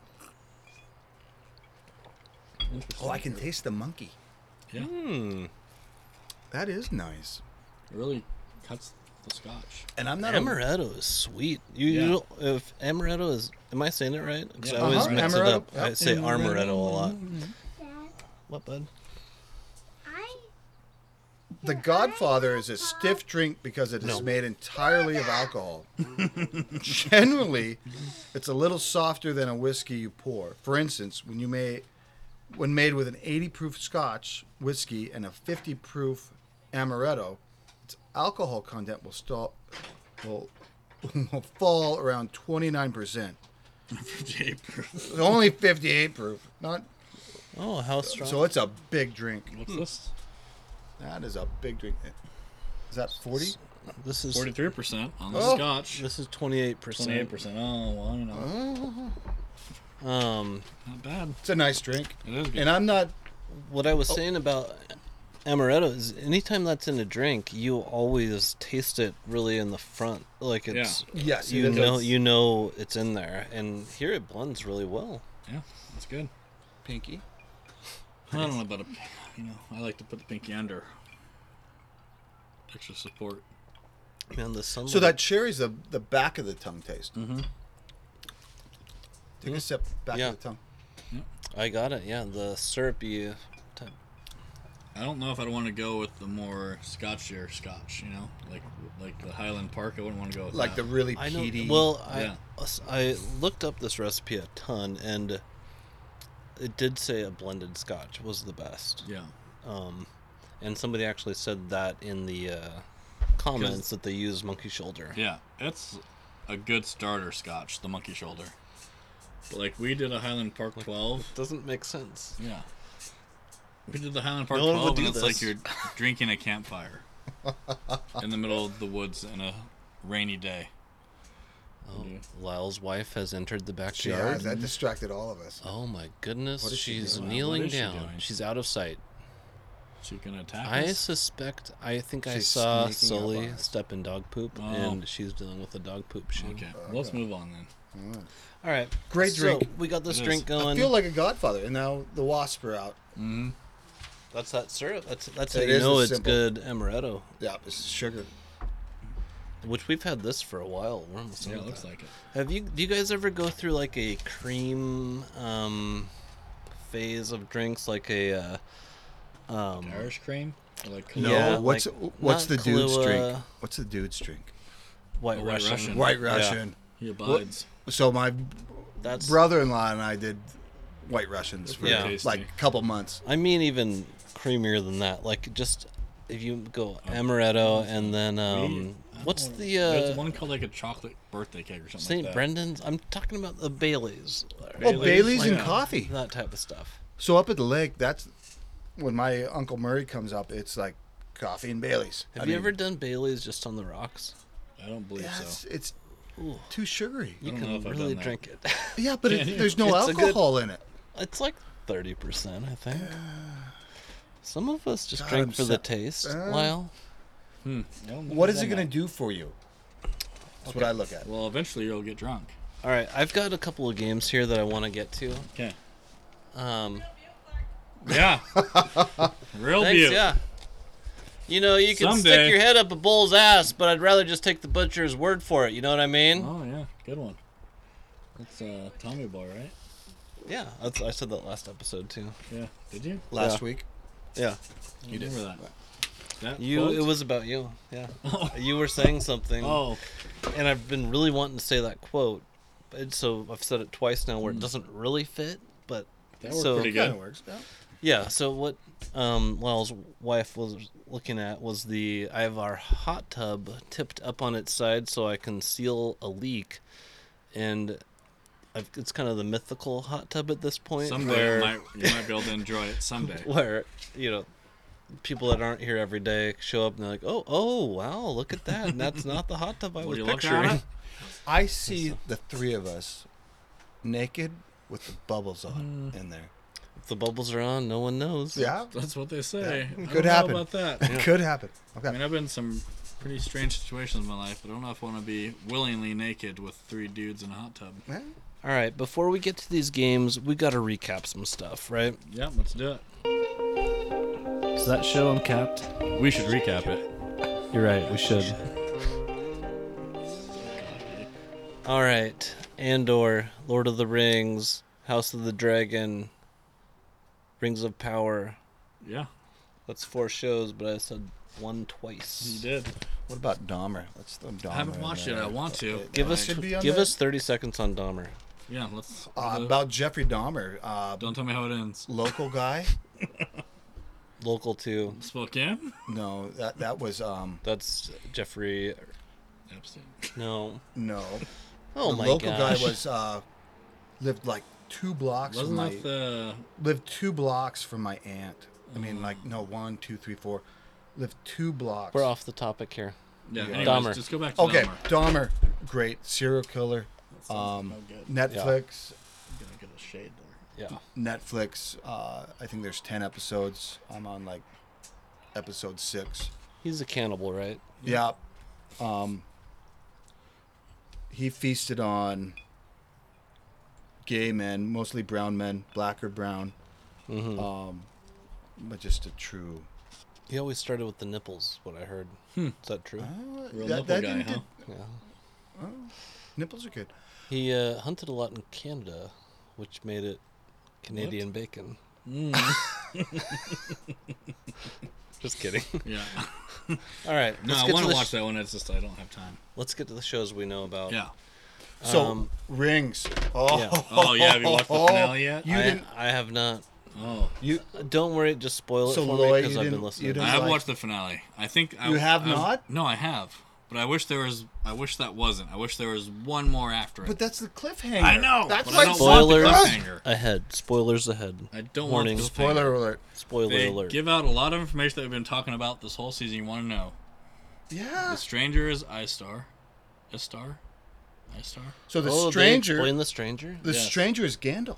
S1: oh, I can taste the monkey.
S2: Yeah.
S3: Hmm.
S1: That is nice.
S2: It really cuts the scotch. (laughs)
S1: And I'm not a
S3: Amaretto is sweet. You,
S2: Yeah.
S3: you don't- if amaretto is, am I saying it right? Because
S2: Yeah.
S3: I always
S1: Uh-huh,
S3: mix
S1: amaretto.
S3: it up. I
S1: Yep.
S3: say amaretto a lot.
S4: Dad,
S3: What, bud?
S4: I
S1: The Godfather is a stiff drink because it is made entirely of alcohol. Generally, it's a little softer than a whiskey you pour. For instance, when you may when made with an 80 proof scotch whiskey and a 50 proof amaretto, its alcohol content will stall will, (laughs) will fall around 29%.
S2: What's
S1: Only 58 proof. Not
S3: Oh, how strong.
S1: so it's a big drink.
S2: this?
S1: That is a big drink. Is that 40?
S3: this is
S2: Forty-three percent on the
S1: Oh.
S2: scotch.
S3: this is twenty eight percent.
S2: Twenty-eight percent. Oh well, you know,
S3: Um,
S2: not bad.
S1: It's a nice drink.
S2: It is good.
S1: And I'm not
S3: what I was saying about amaretto is anytime that's in a drink, you always taste it really in the front, like it's
S1: Yes,
S3: you
S1: it
S3: know
S1: is.
S3: you know it's in there, and here it blends really well.
S2: yeah, that's good.
S1: pinky.
S2: I don't know about a, you know, I like to put the pinky under. Extra support.
S3: Man, the sunlight.
S1: So that cherry's the the back of the tongue taste. Mm-hmm. Take a sip back
S3: Hmm. Yeah.
S1: of the tongue.
S3: I got it. Yeah, the syrupy type.
S2: I don't know if I'd want to go with the more scotchier scotch. You know, like like the Highland Park. I wouldn't want to go with
S1: Like the
S2: that.
S1: really
S3: I know.
S1: peaty.
S3: Well, I
S2: Yeah.
S3: us- I looked up this recipe a ton, and it did say a blended Scotch was the best.
S2: yeah.
S3: Um, and somebody actually said that in the uh, comments that they use monkey shoulder.
S2: Yeah, it's a good starter scotch, the monkey shoulder. But like we did a Highland Park 12.
S3: Doesn't make sense.
S2: Yeah. We did the Highland Park
S3: No one
S2: 12
S3: would
S2: and it's
S3: do
S2: like
S3: this.
S2: you're drinking a campfire in the middle of the woods in a rainy day.
S3: Oh, Lyle's wife has entered the
S1: yeah,
S3: backyard.
S1: that distracted all of us.
S3: Oh my goodness,
S1: What is she
S3: she's
S2: doing?
S3: kneeling
S2: What is she
S3: down.
S2: doing?
S3: she's out of sight.
S2: She can attack
S3: I
S2: us.
S3: suspect, I think I
S1: She's
S3: saw
S1: sneaking up
S3: Sully
S1: on us.
S3: step in dog poop,
S2: Oh.
S3: and she's dealing with a dog poop shoe.
S2: Okay, well, let's move on then.
S3: All right.
S1: Great
S3: so
S1: drink.
S3: We got this
S2: It
S3: drink
S2: is.
S1: I
S3: going.
S1: feel like a Godfather, and now the wasp are out.
S3: that's that syrup. That's that's
S1: It
S3: how you
S1: is
S3: know
S1: a
S3: it's
S1: simple-
S3: good amaretto,
S1: Yeah, this is sugar.
S3: which we've had this for a while. We're almost
S2: Yeah,
S3: done
S2: it
S3: with
S2: looks
S3: that.
S2: like it.
S3: Have you do you guys ever go through like a cream um phase of drinks like a uh, um
S2: Irish cream? Or like
S1: No,
S3: Yeah,
S1: Oh, what's
S3: like,
S1: what's the
S3: not
S1: dude's drink?
S3: Kahlua.
S1: What's the dude's drink?
S3: white,
S2: White
S3: Russian.
S2: Russian.
S1: White
S3: Hmm. Yeah.
S1: Russian.
S2: He abides.
S1: So my
S3: That's
S1: brother-in-law and I did White Russians for
S3: Yeah.
S1: like a couple months.
S3: I mean even creamier than that. Like just if you go
S2: Oh,
S3: amaretto and then um, what's the
S2: There's
S3: uh,
S2: one called like a chocolate birthday cake or something.
S3: St.
S2: like that.
S3: Brendan's? I'm talking about the Baileys,
S1: Oh, Bailey's and
S2: Yeah.
S1: coffee.
S3: that type of stuff.
S1: So up at the lake, that's when my uncle Murray comes up. It's like coffee and Bailey's. I
S3: Have you
S1: mean,
S3: ever done Bailey's just on the rocks?
S2: I don't believe
S1: Yeah, it's,
S2: so.
S1: it's too sugary.
S3: You
S2: don't know
S3: can
S2: if I've
S3: really
S2: done that.
S3: drink it.
S1: (laughs)
S3: (laughs)
S1: Yeah, but
S2: Yeah,
S1: it, there's no
S3: it's a good-
S1: alcohol in it.
S3: it's like thirty percent, I think. Some of us just
S1: God,
S3: drink
S1: I'm
S3: for the
S1: so-
S3: taste.
S1: Uh,
S3: Lyle,
S1: What is it going to do for you? That's what I look at.
S2: Well, eventually you'll get drunk.
S3: all right, I've got a couple of games here that I want to get to.
S2: Okay.
S3: Um,
S2: (laughs) Yeah. Real
S3: thanks,
S2: view.
S3: yeah. You know, you can
S2: Someday.
S3: stick your head up a bull's ass, but I'd rather just take the butcher's word for it. You know what I mean?
S2: Oh yeah, good one. That's uh, Tommy Boy, right?
S3: Yeah, that's, I said that last episode too.
S2: Yeah. Did you?
S1: Last
S3: Yeah.
S1: week,
S3: Yeah,
S2: You did. Remember that? That
S3: you.
S2: quote?
S3: It was about you. Yeah, you were saying something.
S2: Oh,
S3: and I've been really wanting to say that quote, but so I've said it twice now where it doesn't really fit. But
S2: Hmm. that worked
S3: so
S2: pretty
S1: kind of
S2: good.
S1: works. Yeah.
S3: yeah, so what um, Lyle's wife was looking at was the I have our hot tub tipped up on its side so I can seal a leak, and I've, it's kind of the mythical hot tub at this point
S2: Someday
S3: where
S2: you might, you might be able to enjoy it.
S3: (laughs)
S2: Someday.
S3: where you know people that aren't here every day show up and they're like, oh oh wow, look at that, and that's not the hot tub I
S2: Were
S3: was
S2: you looking at
S3: picturing.
S2: it?
S1: I see the three of us naked with the bubbles on in there.
S3: If the bubbles are on, no one knows.
S1: Yeah,
S2: (laughs) That's what they say.
S1: Yeah.
S2: I
S1: Could
S2: don't know
S1: happen.
S2: about
S1: (laughs)
S2: that.
S1: it could happen. Okay.
S2: I mean, I've been in some pretty strange situations in my life, but I don't know if I want to be willingly naked with three dudes in a hot tub.
S1: Yeah.
S3: All right, before we get to these games, we got to recap some stuff, right?
S2: Yeah, let's do it.
S3: Is that show uncapped?
S2: We should recap it.
S3: You're right, we should. All right, Andor, Lord of the Rings, House of the Dragon, Rings of Power.
S2: Yeah,
S3: That's four shows, but I said one twice.
S2: you did.
S1: What about Dahmer? Let's throw Dahmer.
S2: I haven't
S1: in
S2: watched
S1: there.
S2: it. I want to.
S3: Oh, Give us
S1: Should be on
S3: give
S1: that.
S3: us 30 seconds on Dahmer.
S2: Yeah, let's.
S3: Ah,
S1: Uh, about Jeffrey Dahmer, uh,
S2: don't tell me how it ends.
S1: local guy.
S3: Local 2.
S2: Spokane.
S1: No, that that was um
S3: That's Jeffrey.
S2: Epstein.
S3: No.
S1: no.
S3: (laughs) Oh
S1: the
S3: my
S1: local
S3: gosh.
S1: guy was uh, lived like two blocks. from
S2: Wasn't
S1: my,
S2: that the?
S1: lived two blocks from my aunt. I mean,
S2: Mm.
S1: like no one, two, three, four. Lived two blocks.
S3: We're off the topic here.
S2: Yeah.
S1: Yeah.
S2: Anyways,
S3: Dahmer.
S2: Just go back to
S1: Okay, Dahmer,
S2: Dahmer.
S1: great serial killer. Um,
S2: good.
S1: Netflix,
S2: I'm gonna get a shade there.
S3: Yeah.
S1: Netflix. Uh, I think there's ten episodes. I'm on like episode six.
S3: He's a cannibal, right?
S1: Yeah. Um, he feasted on gay men, mostly brown men, black or brown. Um, but just a true.
S3: He always started with the nipples, what I heard.
S2: Hmm.
S3: Is Uh, that true?
S2: Real
S1: That-
S2: nipple
S1: that
S2: guy,
S1: didn't
S2: huh?
S1: do-
S3: Yeah.
S1: Nipples are good.
S3: He uh, hunted a lot in Canada, which made it Canadian bacon.
S2: Hmm.
S3: (laughs) Just
S2: (laughs)
S3: kidding.
S2: Yeah.
S3: All right.
S2: no, I
S3: get
S2: want
S3: the
S2: to watch
S3: sh- Oh.
S2: that one. It's just I don't have time.
S3: Let's get to the shows we know about.
S2: Yeah.
S1: So
S3: Um,
S1: rings. Oh,
S3: yeah.
S2: Oh yeah. Have you watched the finale yet?
S1: You
S3: I,
S1: didn't.
S3: I have not. Uh,
S2: Oh.
S1: You
S3: Don't worry. Just spoil it
S1: So,
S3: for
S1: Lloyd,
S3: me because
S1: you
S3: I've been
S1: didn't- you
S3: listening.
S1: didn't-
S2: I have
S1: like-
S2: watched the finale. I think I,
S1: You have
S2: I've-
S1: not?
S2: No, I have, but I wish there was. I wish that wasn't. I wish there was one more after it.
S1: But that's the cliffhanger.
S2: I know,
S1: That's
S2: but I
S1: like
S2: don't want the
S3: Spoilers
S2: cliffhanger.
S3: ahead. Spoilers ahead.
S2: I don't
S3: Warning.
S2: want the cliffhanger.
S1: spoiler alert.
S3: Spoiler
S2: They
S3: alert.
S2: give out a lot of information that we've been talking about this whole season. You want to know?
S1: Yeah.
S2: The stranger is Istar. Istar. Istar.
S1: So the
S3: oh,
S1: stranger,
S3: They explain the stranger.
S1: the
S2: Yes.
S1: stranger is Gandalf.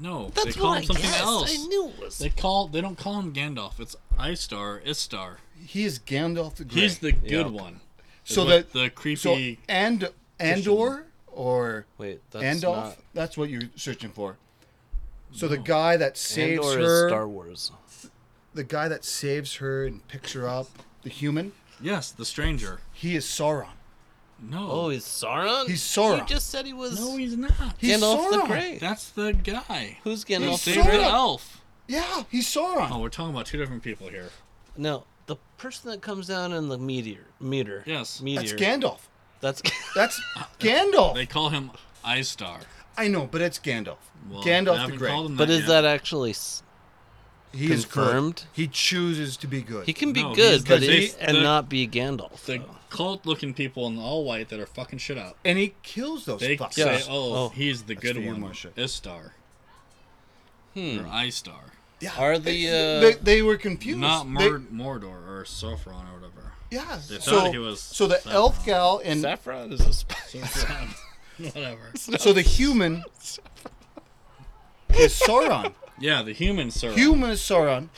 S2: No,
S3: That's
S2: they call
S3: what
S2: him
S3: I
S2: something
S3: guessed.
S2: else.
S3: I knew it was.
S2: They call. They don't call him Gandalf. It's Istar. Istar.
S1: He is Gandalf the Grey.
S2: He's the good
S3: Yeah.
S2: one. Is
S1: So that-
S2: what the
S1: so
S2: creepy.
S1: and Andor or
S3: Wait, that's
S1: Andolf?
S3: not.
S1: That's what you're searching for. So the guy that saves
S3: Andor
S1: her,
S3: is Star Wars.
S1: the guy that saves her and picks her up, the human,
S2: yes, the stranger.
S1: he is Sauron.
S2: No.
S3: Oh, he's Sauron.
S1: He's Sauron.
S3: You just said he was
S2: no, he's not.
S1: He's
S3: Gandalf the
S1: Sauron.
S3: Grey.
S2: That's the guy.
S3: Who's
S2: The
S3: Gandalf the
S2: favorite
S1: Sauron.
S3: Grey?
S2: elf.
S1: Yeah, he's Sauron.
S2: Oh, we're talking about two different people here.
S3: No, the person that comes down in the meteor. Meter.
S2: Yes.
S3: Meteor.
S1: that's Gandalf.
S3: That's (laughs)
S1: That's Gandalf.
S2: (laughs) They call him Istar.
S1: I know, but it's Gandalf.
S2: Well, they
S1: Gandalf the
S2: haven't
S1: Grey.
S2: called him
S3: but is
S2: yet.
S3: that actually? s-
S1: He is good.
S3: Confirmed?
S1: He chooses to be good.
S3: He can be
S2: No, he's
S3: good, but
S2: the-
S3: he's,
S2: the-
S3: and
S2: the-
S3: not be Gandalf.
S2: The
S3: though.
S2: cult looking people in all white that are fucking shit up.
S1: and he kills those
S2: They
S1: fucks.
S2: say,
S3: Yeah.
S2: oh,
S3: Oh.
S2: he's the good
S1: for you,
S2: one.
S1: Marcia.
S2: Istar. Or Istar.
S1: Yeah.
S3: Are the, uh,
S1: they, they were confused?
S2: Not
S1: They-
S2: Mord- Mordor or Sauron
S1: (laughs)
S2: or whatever. (laughs)
S1: yeah.
S2: They
S1: so
S2: thought he was
S1: so the
S2: Sauron.
S1: elf gal and
S3: Saffron is
S1: (laughs)
S3: a spice.
S2: whatever.
S1: so the
S3: (laughs)
S1: human is Sauron.
S2: Yeah, the human Sauron.
S1: Human is Sauron.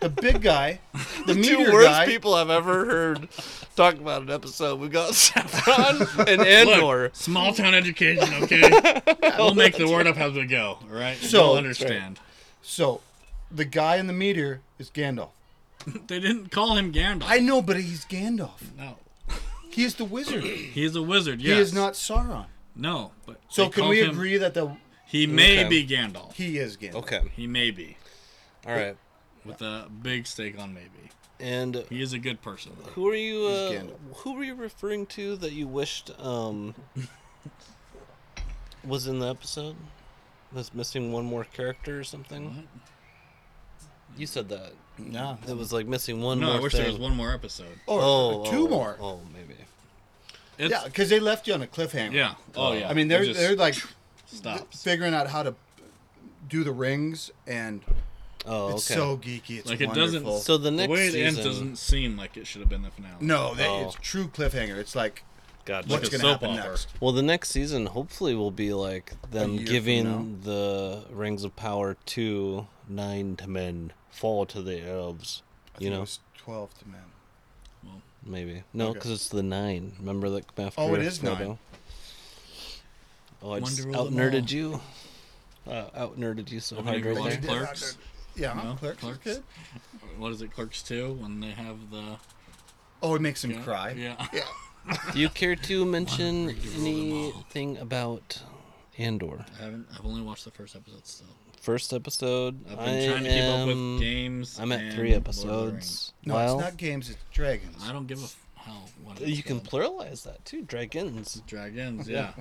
S1: The big
S2: (laughs)
S1: guy, the, meteor
S3: Two worst
S1: guy.
S3: people I've ever heard talk about an episode. We got (laughs) Saffron (laughs) and Andor.
S2: Look, small
S1: (laughs)
S2: town education, okay? we'll make the word up as we go, all right?
S1: So-
S2: You'll understand.
S1: So the guy in the meteor is Gandalf.
S2: (laughs) They didn't call him Gandalf.
S1: I know, but he's Gandalf.
S2: no.
S1: He is the
S2: (clears throat)
S1: wizard.
S2: He's a wizard,
S1: He
S2: yes.
S1: is not Sauron.
S2: No, but.
S1: So
S2: they
S1: can
S2: called
S1: we
S2: him-
S1: agree that the
S2: He may
S3: Okay.
S2: be Gandalf.
S1: he is Gandalf?
S3: okay.
S2: He may be.
S3: All right.
S2: With a big stake on maybe.
S3: And
S2: He is a good person, though.
S3: who are you? Uh,
S1: Gandalf.
S3: who were you referring to that you wished um, was in the episode? Was missing one more character or something?
S2: What?
S3: You said that
S1: No.
S3: it was like missing one
S2: No,
S3: more.
S2: I wish
S3: thing.
S2: there was one more episode.
S1: Or uh,
S3: Oh,
S1: two
S3: oh,
S1: more.
S3: Oh, maybe.
S2: It's,
S1: Yeah, because they left you on a cliffhanger.
S2: Yeah. Oh, yeah.
S1: I mean,
S2: It
S1: they're
S2: just
S1: they're
S2: (sniffs)
S1: like
S2: stops.
S1: figuring out how to do the rings, and
S3: Oh, okay.
S1: it's so geeky. It's
S2: Like, it
S1: wonderful.
S2: doesn't-
S3: So the
S2: The
S3: next
S2: way it
S3: season,
S2: ends doesn't seem like it should have been the finale.
S1: no, they,
S3: Oh.
S1: it's true cliffhanger. It's like
S3: gotcha.
S1: what's
S2: a
S1: going to
S2: soap
S1: happen
S2: opera.
S1: next?
S3: Well, the next season hopefully will be like them
S1: year from
S3: giving the Rings of Power to nine to men, fall to the elves.
S1: I think
S3: You
S1: it
S3: know,
S1: was twelve to men.
S3: maybe no,
S1: Okay.
S3: because it's the nine. Remember that after
S1: Oh, it is
S3: Frodo?
S1: nine.
S3: Oh, I just
S2: Wonder will
S3: out
S2: them all.
S3: nerded you. Uh, out nerded you so
S2: Nobody
S3: hard
S2: even
S3: right
S2: watched
S3: there.
S2: it. Clerks?
S1: Yeah,
S2: No?
S1: clerks. is
S2: Clerks?
S1: good.
S2: What is it, Clerks 2, when they have the.
S1: Oh, it makes him cry.
S2: Yeah.
S3: Do you care to mention
S2: Wonder will them all.
S3: anything about Andor?
S2: I haven't. I've only watched the first episode still.
S3: First episode.
S2: I've
S3: I
S2: been trying to keep up
S3: am-
S2: with games.
S3: I'm at
S2: and
S3: three
S2: Lord of the Rings.
S3: episodes.
S1: No,
S3: Well,
S1: it's not games. It's dragons.
S2: I don't give a f- hell what it's
S3: You can
S2: called.
S3: pluralize that too. Dragons. (laughs)
S2: dragons. Yeah.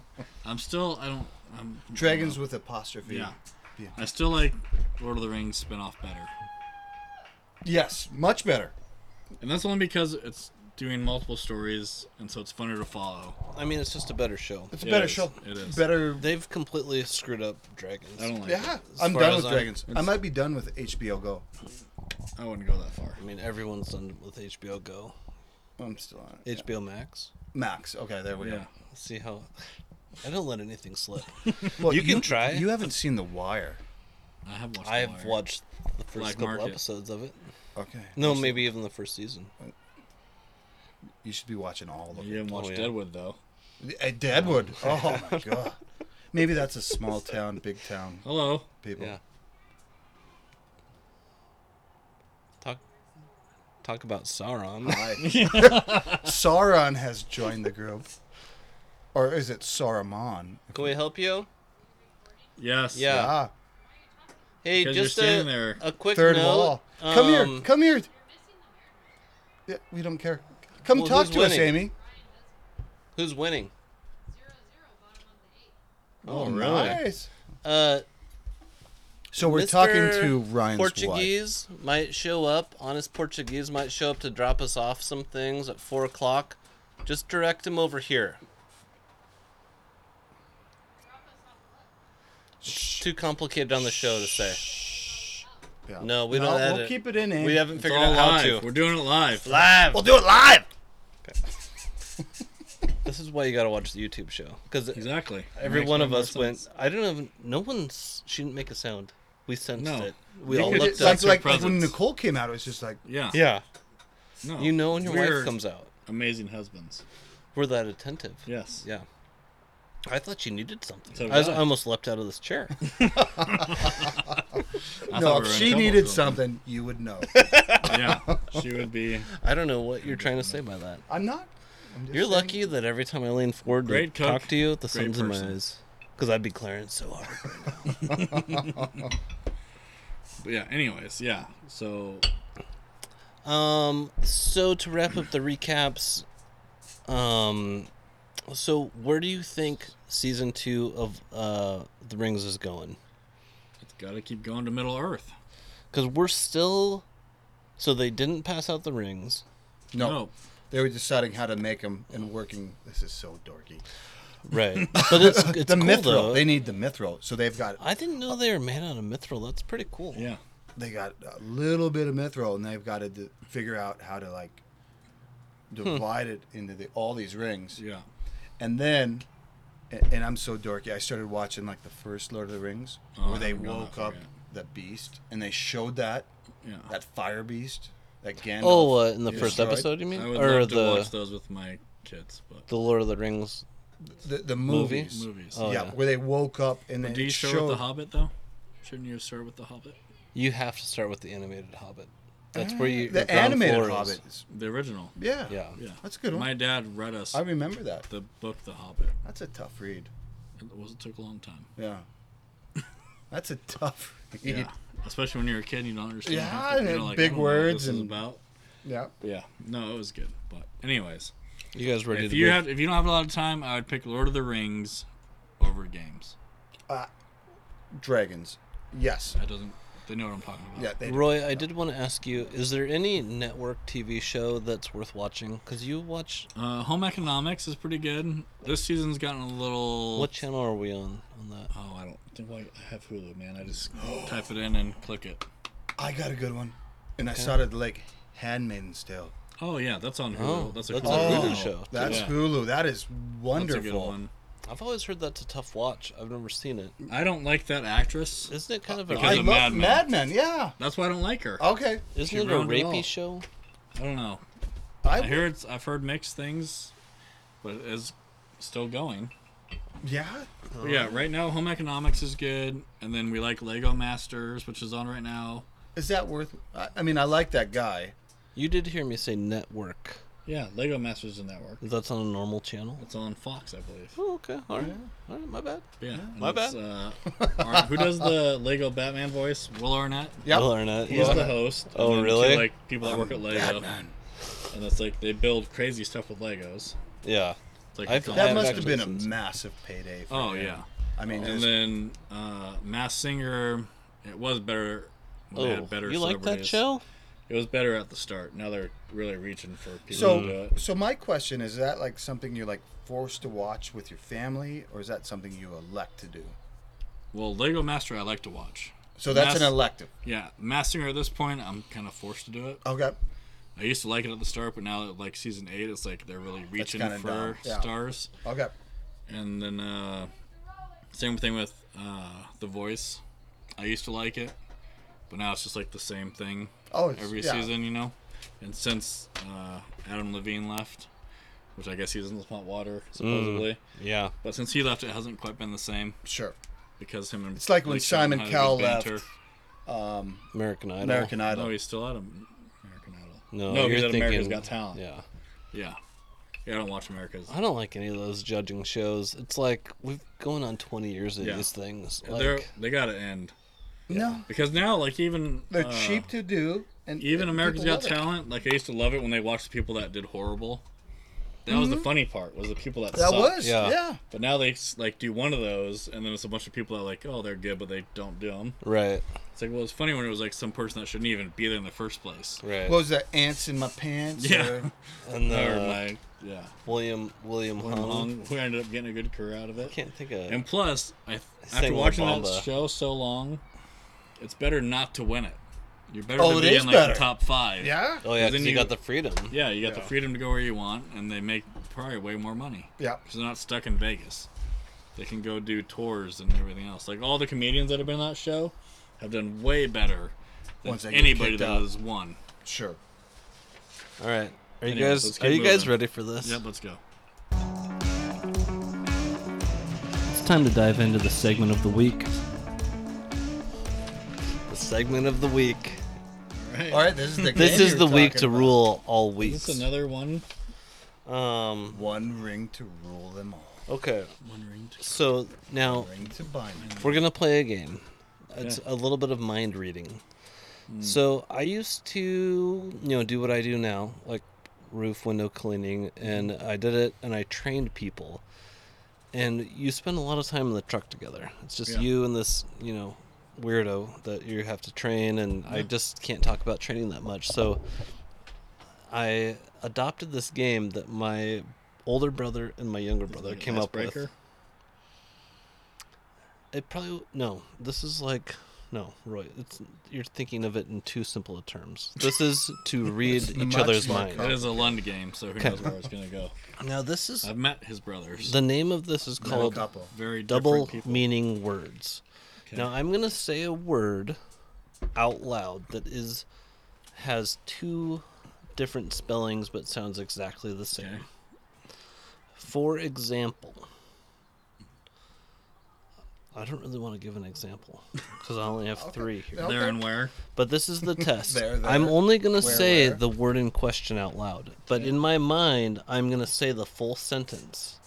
S2: I'm still. I don't. I'm
S1: Dragons with apostrophe.
S2: Yeah.
S1: Yeah.
S2: I still like Lord of the Rings spinoff better,
S1: Yes, much better.
S2: and that's only because it's doing multiple stories, and so it's funner to follow.
S3: I mean, it's just a better show.
S1: It's a
S2: It
S1: better
S2: is.
S1: show.
S2: It is.
S1: better.
S3: They've completely screwed up dragons.
S2: I don't like.
S1: Yeah,
S2: It.
S1: I'm
S2: far
S1: done
S2: as
S1: with
S2: I-
S1: dragons. I
S2: it's-
S1: might be done with HBO Go.
S2: I wouldn't go that far.
S3: I mean, everyone's done with HBO Go,
S1: I'm still on it.
S3: HBO Max.
S1: Max. Okay, there we
S2: Yeah.
S3: Let's see how. I don't let
S2: (laughs)
S3: anything slip.
S1: go. Well,
S3: You can try.
S1: You haven't seen The Wire.
S2: I have watched.
S3: I
S2: The
S3: have
S2: Wire.
S3: watched the first
S2: Black
S3: couple
S2: Market.
S3: episodes of it.
S1: Okay.
S3: No,
S1: You should-
S3: maybe even the first season.
S1: You should be watching all of
S2: You
S1: it.
S2: didn't watch
S3: Oh, yeah.
S2: Deadwood though.
S1: Uh,
S2: (laughs)
S1: Deadwood. Oh my god. Maybe that's a small town, big town
S2: Hello.
S1: people.
S3: Yeah. Talk. Talk
S2: (laughs)
S3: about Sauron.
S1: Hi. Sauron has joined the group, or is it Saruman?
S3: Can we help you?
S2: Yes.
S3: Yeah.
S1: Ah,
S3: Hey,
S2: 'Cause you're
S3: just
S2: standing
S3: a,
S2: there.
S3: a quick
S1: third
S3: note.
S1: wall. Come here.
S3: um,
S1: Come here. Yeah, we don't care. Come
S3: Well,
S1: talk
S3: who's
S1: to us,
S3: winning?
S1: Amy.
S3: Who's winning?
S1: Oh,
S3: really?
S1: nice.
S3: Uh,
S1: So we're
S3: Mr.
S1: talking to Ryan's wife.
S3: Portuguese might show up. Honest Portuguese might show up to drop us off some things at four o'clock. Just direct him over here. It's too complicated on the show to say.
S1: Yeah.
S3: No, we don't
S1: We'll
S3: edit.
S1: keep it in. Amy.
S3: We haven't
S2: It's
S3: figured
S2: all
S3: out how
S2: live.
S3: to.
S2: We're doing it live.
S3: live.
S1: We'll do it live.
S3: This is why you gotta watch the YouTube show because
S2: Exactly.
S3: every
S2: Makes
S3: one
S2: way
S3: of
S2: more
S3: us went.
S2: sense.
S3: I don't even. No one's. She didn't make a sound. We sensed
S2: No.
S3: it. We
S2: You
S3: all
S2: could-
S3: looked
S1: It's
S3: up.
S1: like,
S2: That's her
S1: like, like when
S2: presence.
S1: Nicole came out, it was just like,
S2: Yeah.
S3: yeah.
S2: No.
S3: You know when your
S2: We're
S3: wife comes out.
S2: Amazing husbands.
S3: We're that attentive.
S2: Yes.
S3: Yeah. I thought you needed something.
S2: So did
S3: I, was,
S2: I.
S3: I almost leapt out of this chair.
S2: I
S1: no,
S2: thought
S1: if
S2: we were in
S1: she
S2: trouble
S1: needed
S2: with them.
S1: something, you would
S3: (laughs)
S1: know.
S2: yeah, she would be
S3: I don't know what you're trying to say by that.
S1: I'm not. I'm just
S3: You're
S1: saying.
S3: lucky that every time I lean forward to
S2: Great cook,
S3: talk to you, the
S2: great
S3: sun's in my
S2: person.
S3: eyes. Because I'd be glaring so hard.
S2: But yeah, anyways, yeah. So
S3: Um, so to wrap up the recaps, um, so where do you think season two of uh, The Rings is going?
S2: it's got to keep going to Middle Earth.
S3: Because we're still. So they didn't pass out the rings.
S1: No. They were deciding how to make them and working. This is so dorky.
S3: Right.
S1: (laughs)
S3: But it's, it's
S1: the
S3: cool,
S1: mithril.
S3: though.
S1: They need the mithril, so they've got
S3: I didn't know they were made out of mithril. That's pretty cool.
S2: Yeah.
S1: they got a little bit of mithril, and they've got to d- figure out how to like divide it into the, all these rings.
S2: Yeah.
S1: And then, and, and I'm so dorky. I started watching like the first Lord of the Rings,
S2: Oh,
S1: where
S2: I
S1: they
S2: haven't gone that
S1: woke
S2: far
S1: up
S2: yet.
S1: the beast, and they showed that
S2: Yeah.
S1: that fire beast, that Gandalf.
S3: Oh, uh, in the first
S1: destroyed.
S3: episode, you mean?
S2: I would
S3: Or
S2: love to watch
S3: the,
S2: those with my kids, but
S3: the Lord of the Rings?
S1: the, the
S3: movie?
S1: movies.
S2: movies.
S3: Oh,
S1: yeah,
S3: yeah.
S1: where they woke up and then
S2: Do you
S1: it
S2: start
S1: showed
S2: with the Hobbit though? Shouldn't you start with the Hobbit?
S3: You have to start with the animated Hobbit. That's
S2: Ah,
S3: where you.
S1: the
S3: ground
S1: animated
S3: floor is.
S1: Hobbit. is-
S2: The original.
S1: Yeah,
S3: Yeah.
S2: Yeah.
S1: That's a good one.
S2: My dad read us
S1: I remember that.
S2: the book The Hobbit.
S1: That's a tough read.
S2: It was it took a long time.
S3: (laughs)
S1: Yeah. That's a tough read.
S2: Yeah. Especially when you're a kid, and you don't understand.
S1: Yeah,
S2: half the-
S1: and
S2: you're like, I
S1: big
S2: don't know what
S1: words
S2: this is
S1: and-
S2: about.
S1: Yeah.
S2: Yeah. No, it was good. But anyways,
S3: You guys ready
S2: if
S3: to
S2: you
S3: move?
S2: have if you don't have a lot of time, I would pick Lord of the Rings over games.
S1: Dragons. Yes.
S2: That doesn't. They know what I'm talking about.
S1: Yeah. They,
S3: Roy, I did want to ask you: Is there any network TV show that's worth watching? Because you watch.
S2: Uh, home economics is pretty good. This season's gotten a little.
S3: What channel are we on on that?
S2: Oh, I don't think I I have Hulu, man. I just (gasps) type it in and click it.
S1: I got a good one. And I started like Handmaid's Tale.
S2: Oh yeah, that's on Hulu.
S3: Oh,
S2: that's a
S3: that's
S2: cool
S3: a Hulu
S2: channel.
S3: show.
S1: That's
S2: Yeah.
S1: Hulu. That is
S2: That's
S1: wonderful.
S2: a good one.
S3: I've always heard that's a tough watch. I've never seen it.
S2: I don't like that actress.
S3: Isn't it kind of
S1: I
S2: Because
S3: a
S2: of
S1: love
S2: Mad
S1: Mad
S2: Men.
S1: Men. Yeah.
S2: That's why I don't like her.
S3: Oh.
S1: Okay.
S3: isn't
S2: she
S3: it a
S2: ruined it all.
S3: rapey show?
S2: I don't know.
S1: I,
S2: I hear it's. I've heard mixed things, but it is still going.
S1: Yeah.
S3: Oh.
S2: But yeah, right now Home Economics is good, and then we like Lego Masters, which is on right now.
S1: Is that worth? I, I mean, I like that guy.
S3: You did hear me say network.
S2: Yeah, Lego Masters is in network.
S3: That's on a normal channel.
S2: It's on Fox, I believe.
S3: Oh, okay. All right. All right. My bad.
S2: Yeah. and
S3: My
S2: it's, Uh, Ar- who does the Lego Batman voice? Will Arnett.
S1: Yep.
S3: Will Arnett.
S2: He's
S3: yeah.
S2: the host. and
S3: Oh,
S2: then two,
S3: really?
S2: like people that work at Lego, and it's like they build crazy stuff with Legos.
S3: yeah.
S2: It's like
S3: I've-
S2: it's on-
S1: That
S3: I've
S1: must have
S3: actually
S1: been a
S3: seen-
S1: massive payday. For
S2: oh
S1: him.
S2: yeah.
S1: I mean,
S2: And
S1: just,
S2: then uh, Mass Singer, it was better. When they
S3: Oh,
S2: had better
S3: you like that
S2: celebrities.
S3: show?
S2: It was better at the start. Now they're really reaching for people to do
S1: so
S2: it.
S1: so my question is that like something you're like forced to watch with your family, or is that something you elect to do?
S2: Well, Lego Master, I like to watch.
S1: So that's an
S2: Mass-
S1: elective.
S2: Yeah, Mass Singer at this point, I'm kind of forced to do it.
S1: Okay.
S2: I used to like it at the start, but now like season eight, it's like they're really reaching
S1: kinda
S2: for
S1: dumb, yeah.
S2: stars.
S1: Okay.
S2: And then uh, same thing with uh, The Voice. I used to like it, but now it's just like the same thing
S1: Oh, it's,
S2: every
S1: yeah.
S2: season, you know. And since uh, Adam Levine left, which I guess he's in the hot water
S3: Mm.
S2: supposedly,
S3: Yeah.
S2: but since he left, it hasn't quite been the same
S1: Sure.
S2: because him and
S1: It's like when
S2: Blake Shelton
S1: Simon
S2: had a
S1: Cowell
S2: good banter.
S1: left.
S3: American Idol.
S1: American Idol.
S2: No, he's still at Am- American Idol.
S3: No,
S2: no,
S3: you're
S2: he's at
S3: thinking,
S2: America's Got Talent.
S3: Yeah.
S2: yeah, yeah. I don't watch America's.
S3: I don't like any of those judging shows. It's like we've going on 20 years of
S2: Yeah.
S3: these things.
S2: They're
S3: Like,
S2: they gotta end
S1: No,
S2: because now like even
S1: they're
S2: uh,
S1: cheap to do, and
S2: Even
S1: and
S2: America's
S1: people
S2: Got
S1: love it.
S2: Talent, like I used to love it when they watched the people that did horrible. That was the funny part was the people that
S1: Mm-hmm. That
S2: sucked.
S1: was yeah.
S3: Yeah.
S2: But now they like do one of those, and then it's a bunch of people that are like, oh, they're good, but they don't do them.
S3: right.
S2: It's like, well, it's funny when it was like some person that shouldn't even be there in the first place.
S3: Right.
S1: What was that? Ants in my pants.
S2: Yeah. (laughs)
S1: or-
S3: and
S2: Or
S3: uh,
S2: my yeah,
S3: William William Hung.
S2: Hung, who ended up getting a good career out of it.
S3: Can't think of.
S2: And plus, I th-
S3: Sang
S2: after
S3: La
S2: watching that
S3: Bamba.
S2: show so long, it's better not to win it. You're better
S1: Oh,
S2: to
S1: it
S2: be
S1: is
S2: in like
S1: better.
S2: the top five.
S1: yeah.
S3: oh yeah, 'cause
S2: then
S3: you
S2: you-
S3: got the freedom.
S2: Yeah, you got
S1: Yeah.
S2: the freedom to go where you want, and they make probably way more money.
S1: Yeah.
S2: Because they're not stuck in Vegas. They can go do tours and everything else. Like all the comedians that have been on that show have done way better than
S1: Once they get
S2: anybody
S1: kicked
S2: that
S1: out.
S2: has won.
S1: Sure.
S3: All right. Are you
S2: Anyways, let's
S3: guys
S2: keep
S3: are you guys
S2: moving.
S3: ready for this?
S2: Yep, let's go.
S3: It's time to dive into the segment of the week. The segment of the week.
S2: Right.
S1: All right. This is (laughs) the.
S3: This
S1: game
S3: is
S1: you
S3: the
S1: were
S3: week
S1: talking
S3: to
S1: about.
S3: rule all
S2: Is
S3: weeks.
S2: this another one?
S3: Um.
S1: One ring to rule them all.
S3: Okay.
S2: One ring.
S3: So now
S1: Ring to bind.
S3: we're gonna play a game. It's
S2: Okay.
S3: a little bit of mind reading.
S2: Hmm.
S3: So I used to, you know, do what I do now, like roof window cleaning, and
S2: Hmm.
S3: I did it, and I trained people. And you spend a lot of time in the truck together. It's just
S2: Yeah.
S3: you and this, you know, weirdo that you have to train, and I just can't talk about training that much. So I adopted this game that my older brother and my younger brother
S2: like an
S3: came up with.
S2: icebreaker?
S3: It probably no. This is like no, Roy. It's you're thinking of it in too simple of terms. This is
S1: (laughs)
S3: to read each
S1: much
S3: other's
S1: more
S3: mind.
S2: It is a Lund game, so who
S3: Okay.
S2: knows where it's gonna go?
S3: Now this is
S2: I've met his brothers.
S3: the name of this is
S1: Double
S3: called
S1: couple.
S2: Very
S3: double
S2: different people.
S3: meaning words. Now I'm gonna say a word out loud that is has two different spellings but sounds exactly the same.
S2: Okay.
S3: For example, I don't really want to give an example because I
S2: (laughs)
S3: only have three here.
S1: No.
S2: There
S1: Okay.
S2: and where?
S3: But
S1: (laughs)
S3: this is the test.
S1: There, there.
S3: I'm only gonna
S1: Where,
S3: say
S1: where?
S3: the word in question out loud. But in my mind, I'm gonna say the
S1: (laughs)
S3: full sentence.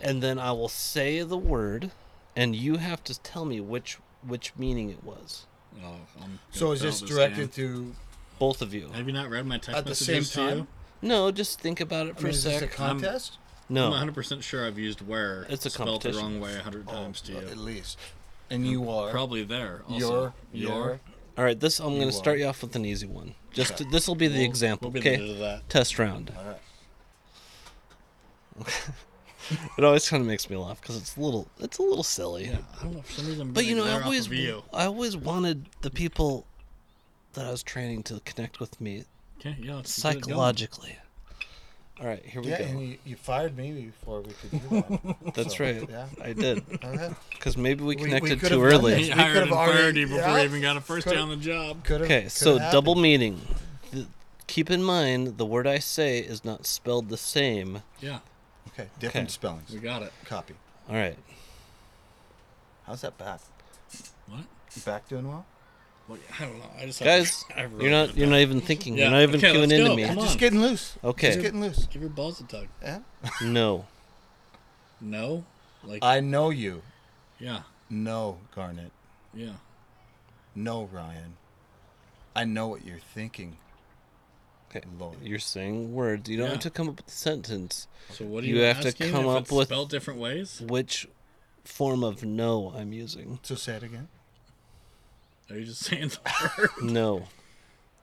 S3: and then I will say the word, and you have to tell me which which meaning it was.
S2: Oh, I'm
S1: So
S2: gonna
S1: is
S2: fail
S1: this directed to?
S2: game.
S3: Both of you.
S2: Have you not read my text
S1: At the same
S2: messages to you?
S1: time?
S3: No, just think about it
S1: I
S3: for
S1: mean,
S3: a
S1: is this
S3: sec.
S1: a contest?
S3: no.
S2: I'm 100 percent sure I've used where.
S3: It's a
S2: spelled the
S3: competition.
S2: wrong way
S1: Oh,
S2: 100 times to
S1: At
S2: you.
S1: least. And you are
S2: Oh, Probably there. Also.
S1: your your.
S3: All right, this I'm gonna
S1: are.
S3: start you off with an easy one. Just this will be the example.
S2: We'll be the end
S3: okay.
S2: of that.
S3: Test round.
S1: All right.
S3: (laughs) It always kind of makes me laugh because it's a little it's a little silly.
S2: Yeah, I don't know. For some reason, I'm
S3: But you
S2: getting
S3: know, I
S2: where off
S3: always
S2: of you.
S3: I always wanted the people that I was training to connect with me
S2: Okay, yeah, let's get it going.
S3: psychologically. All right, here we
S1: Yeah,
S3: go.
S1: and you, you fired me before we could do that.
S2: (laughs)
S3: That's
S1: so,
S3: right.
S1: yeah. (laughs)
S3: I did
S1: Okay.
S3: because maybe we
S1: We- we
S3: connected
S1: could have
S3: too
S1: done
S2: He
S3: early.
S1: We could've
S2: hired him
S1: already-
S2: already before
S1: yeah.
S2: he even got a first
S1: Could've-
S2: day on the job.
S1: Could've-
S3: Okay,
S1: could've
S3: so
S1: happened.
S3: double meaning. The, keep in mind the word I say is not spelled the same.
S2: Yeah,
S1: Okay, different
S3: Okay.
S1: spellings.
S2: we got it.
S1: Copy. (laughs)
S3: All right,
S1: How's that back?
S2: What?
S1: You back doing well?
S2: What? I don't know. I just
S3: guys,
S2: (laughs) I really
S3: you're not you're not even thinking.
S2: Yeah,
S3: You're not even
S2: okay,
S3: queuing
S2: let's
S3: into
S2: go.
S3: me.
S2: Come
S1: Just
S2: on.
S1: getting loose. Just
S3: Okay,
S1: getting loose.
S2: give your balls a tug.
S1: Yeah.
S3: no.
S2: No, like
S1: I know you.
S2: yeah,
S1: No, Garnet.
S2: yeah.
S1: No, Ryan. I know what you're thinking.
S3: Okay,
S1: Lord.
S3: you're saying words. You don't
S2: Yeah.
S3: have to come up with a sentence.
S2: So what do
S3: You
S2: you,
S3: have to
S2: asking
S3: come
S2: if
S3: up
S2: it's
S3: with-
S2: spelled different ways?
S3: Which form of no I'm using?
S1: So say it again.
S2: Are you just saying (laughs) the word?
S3: No.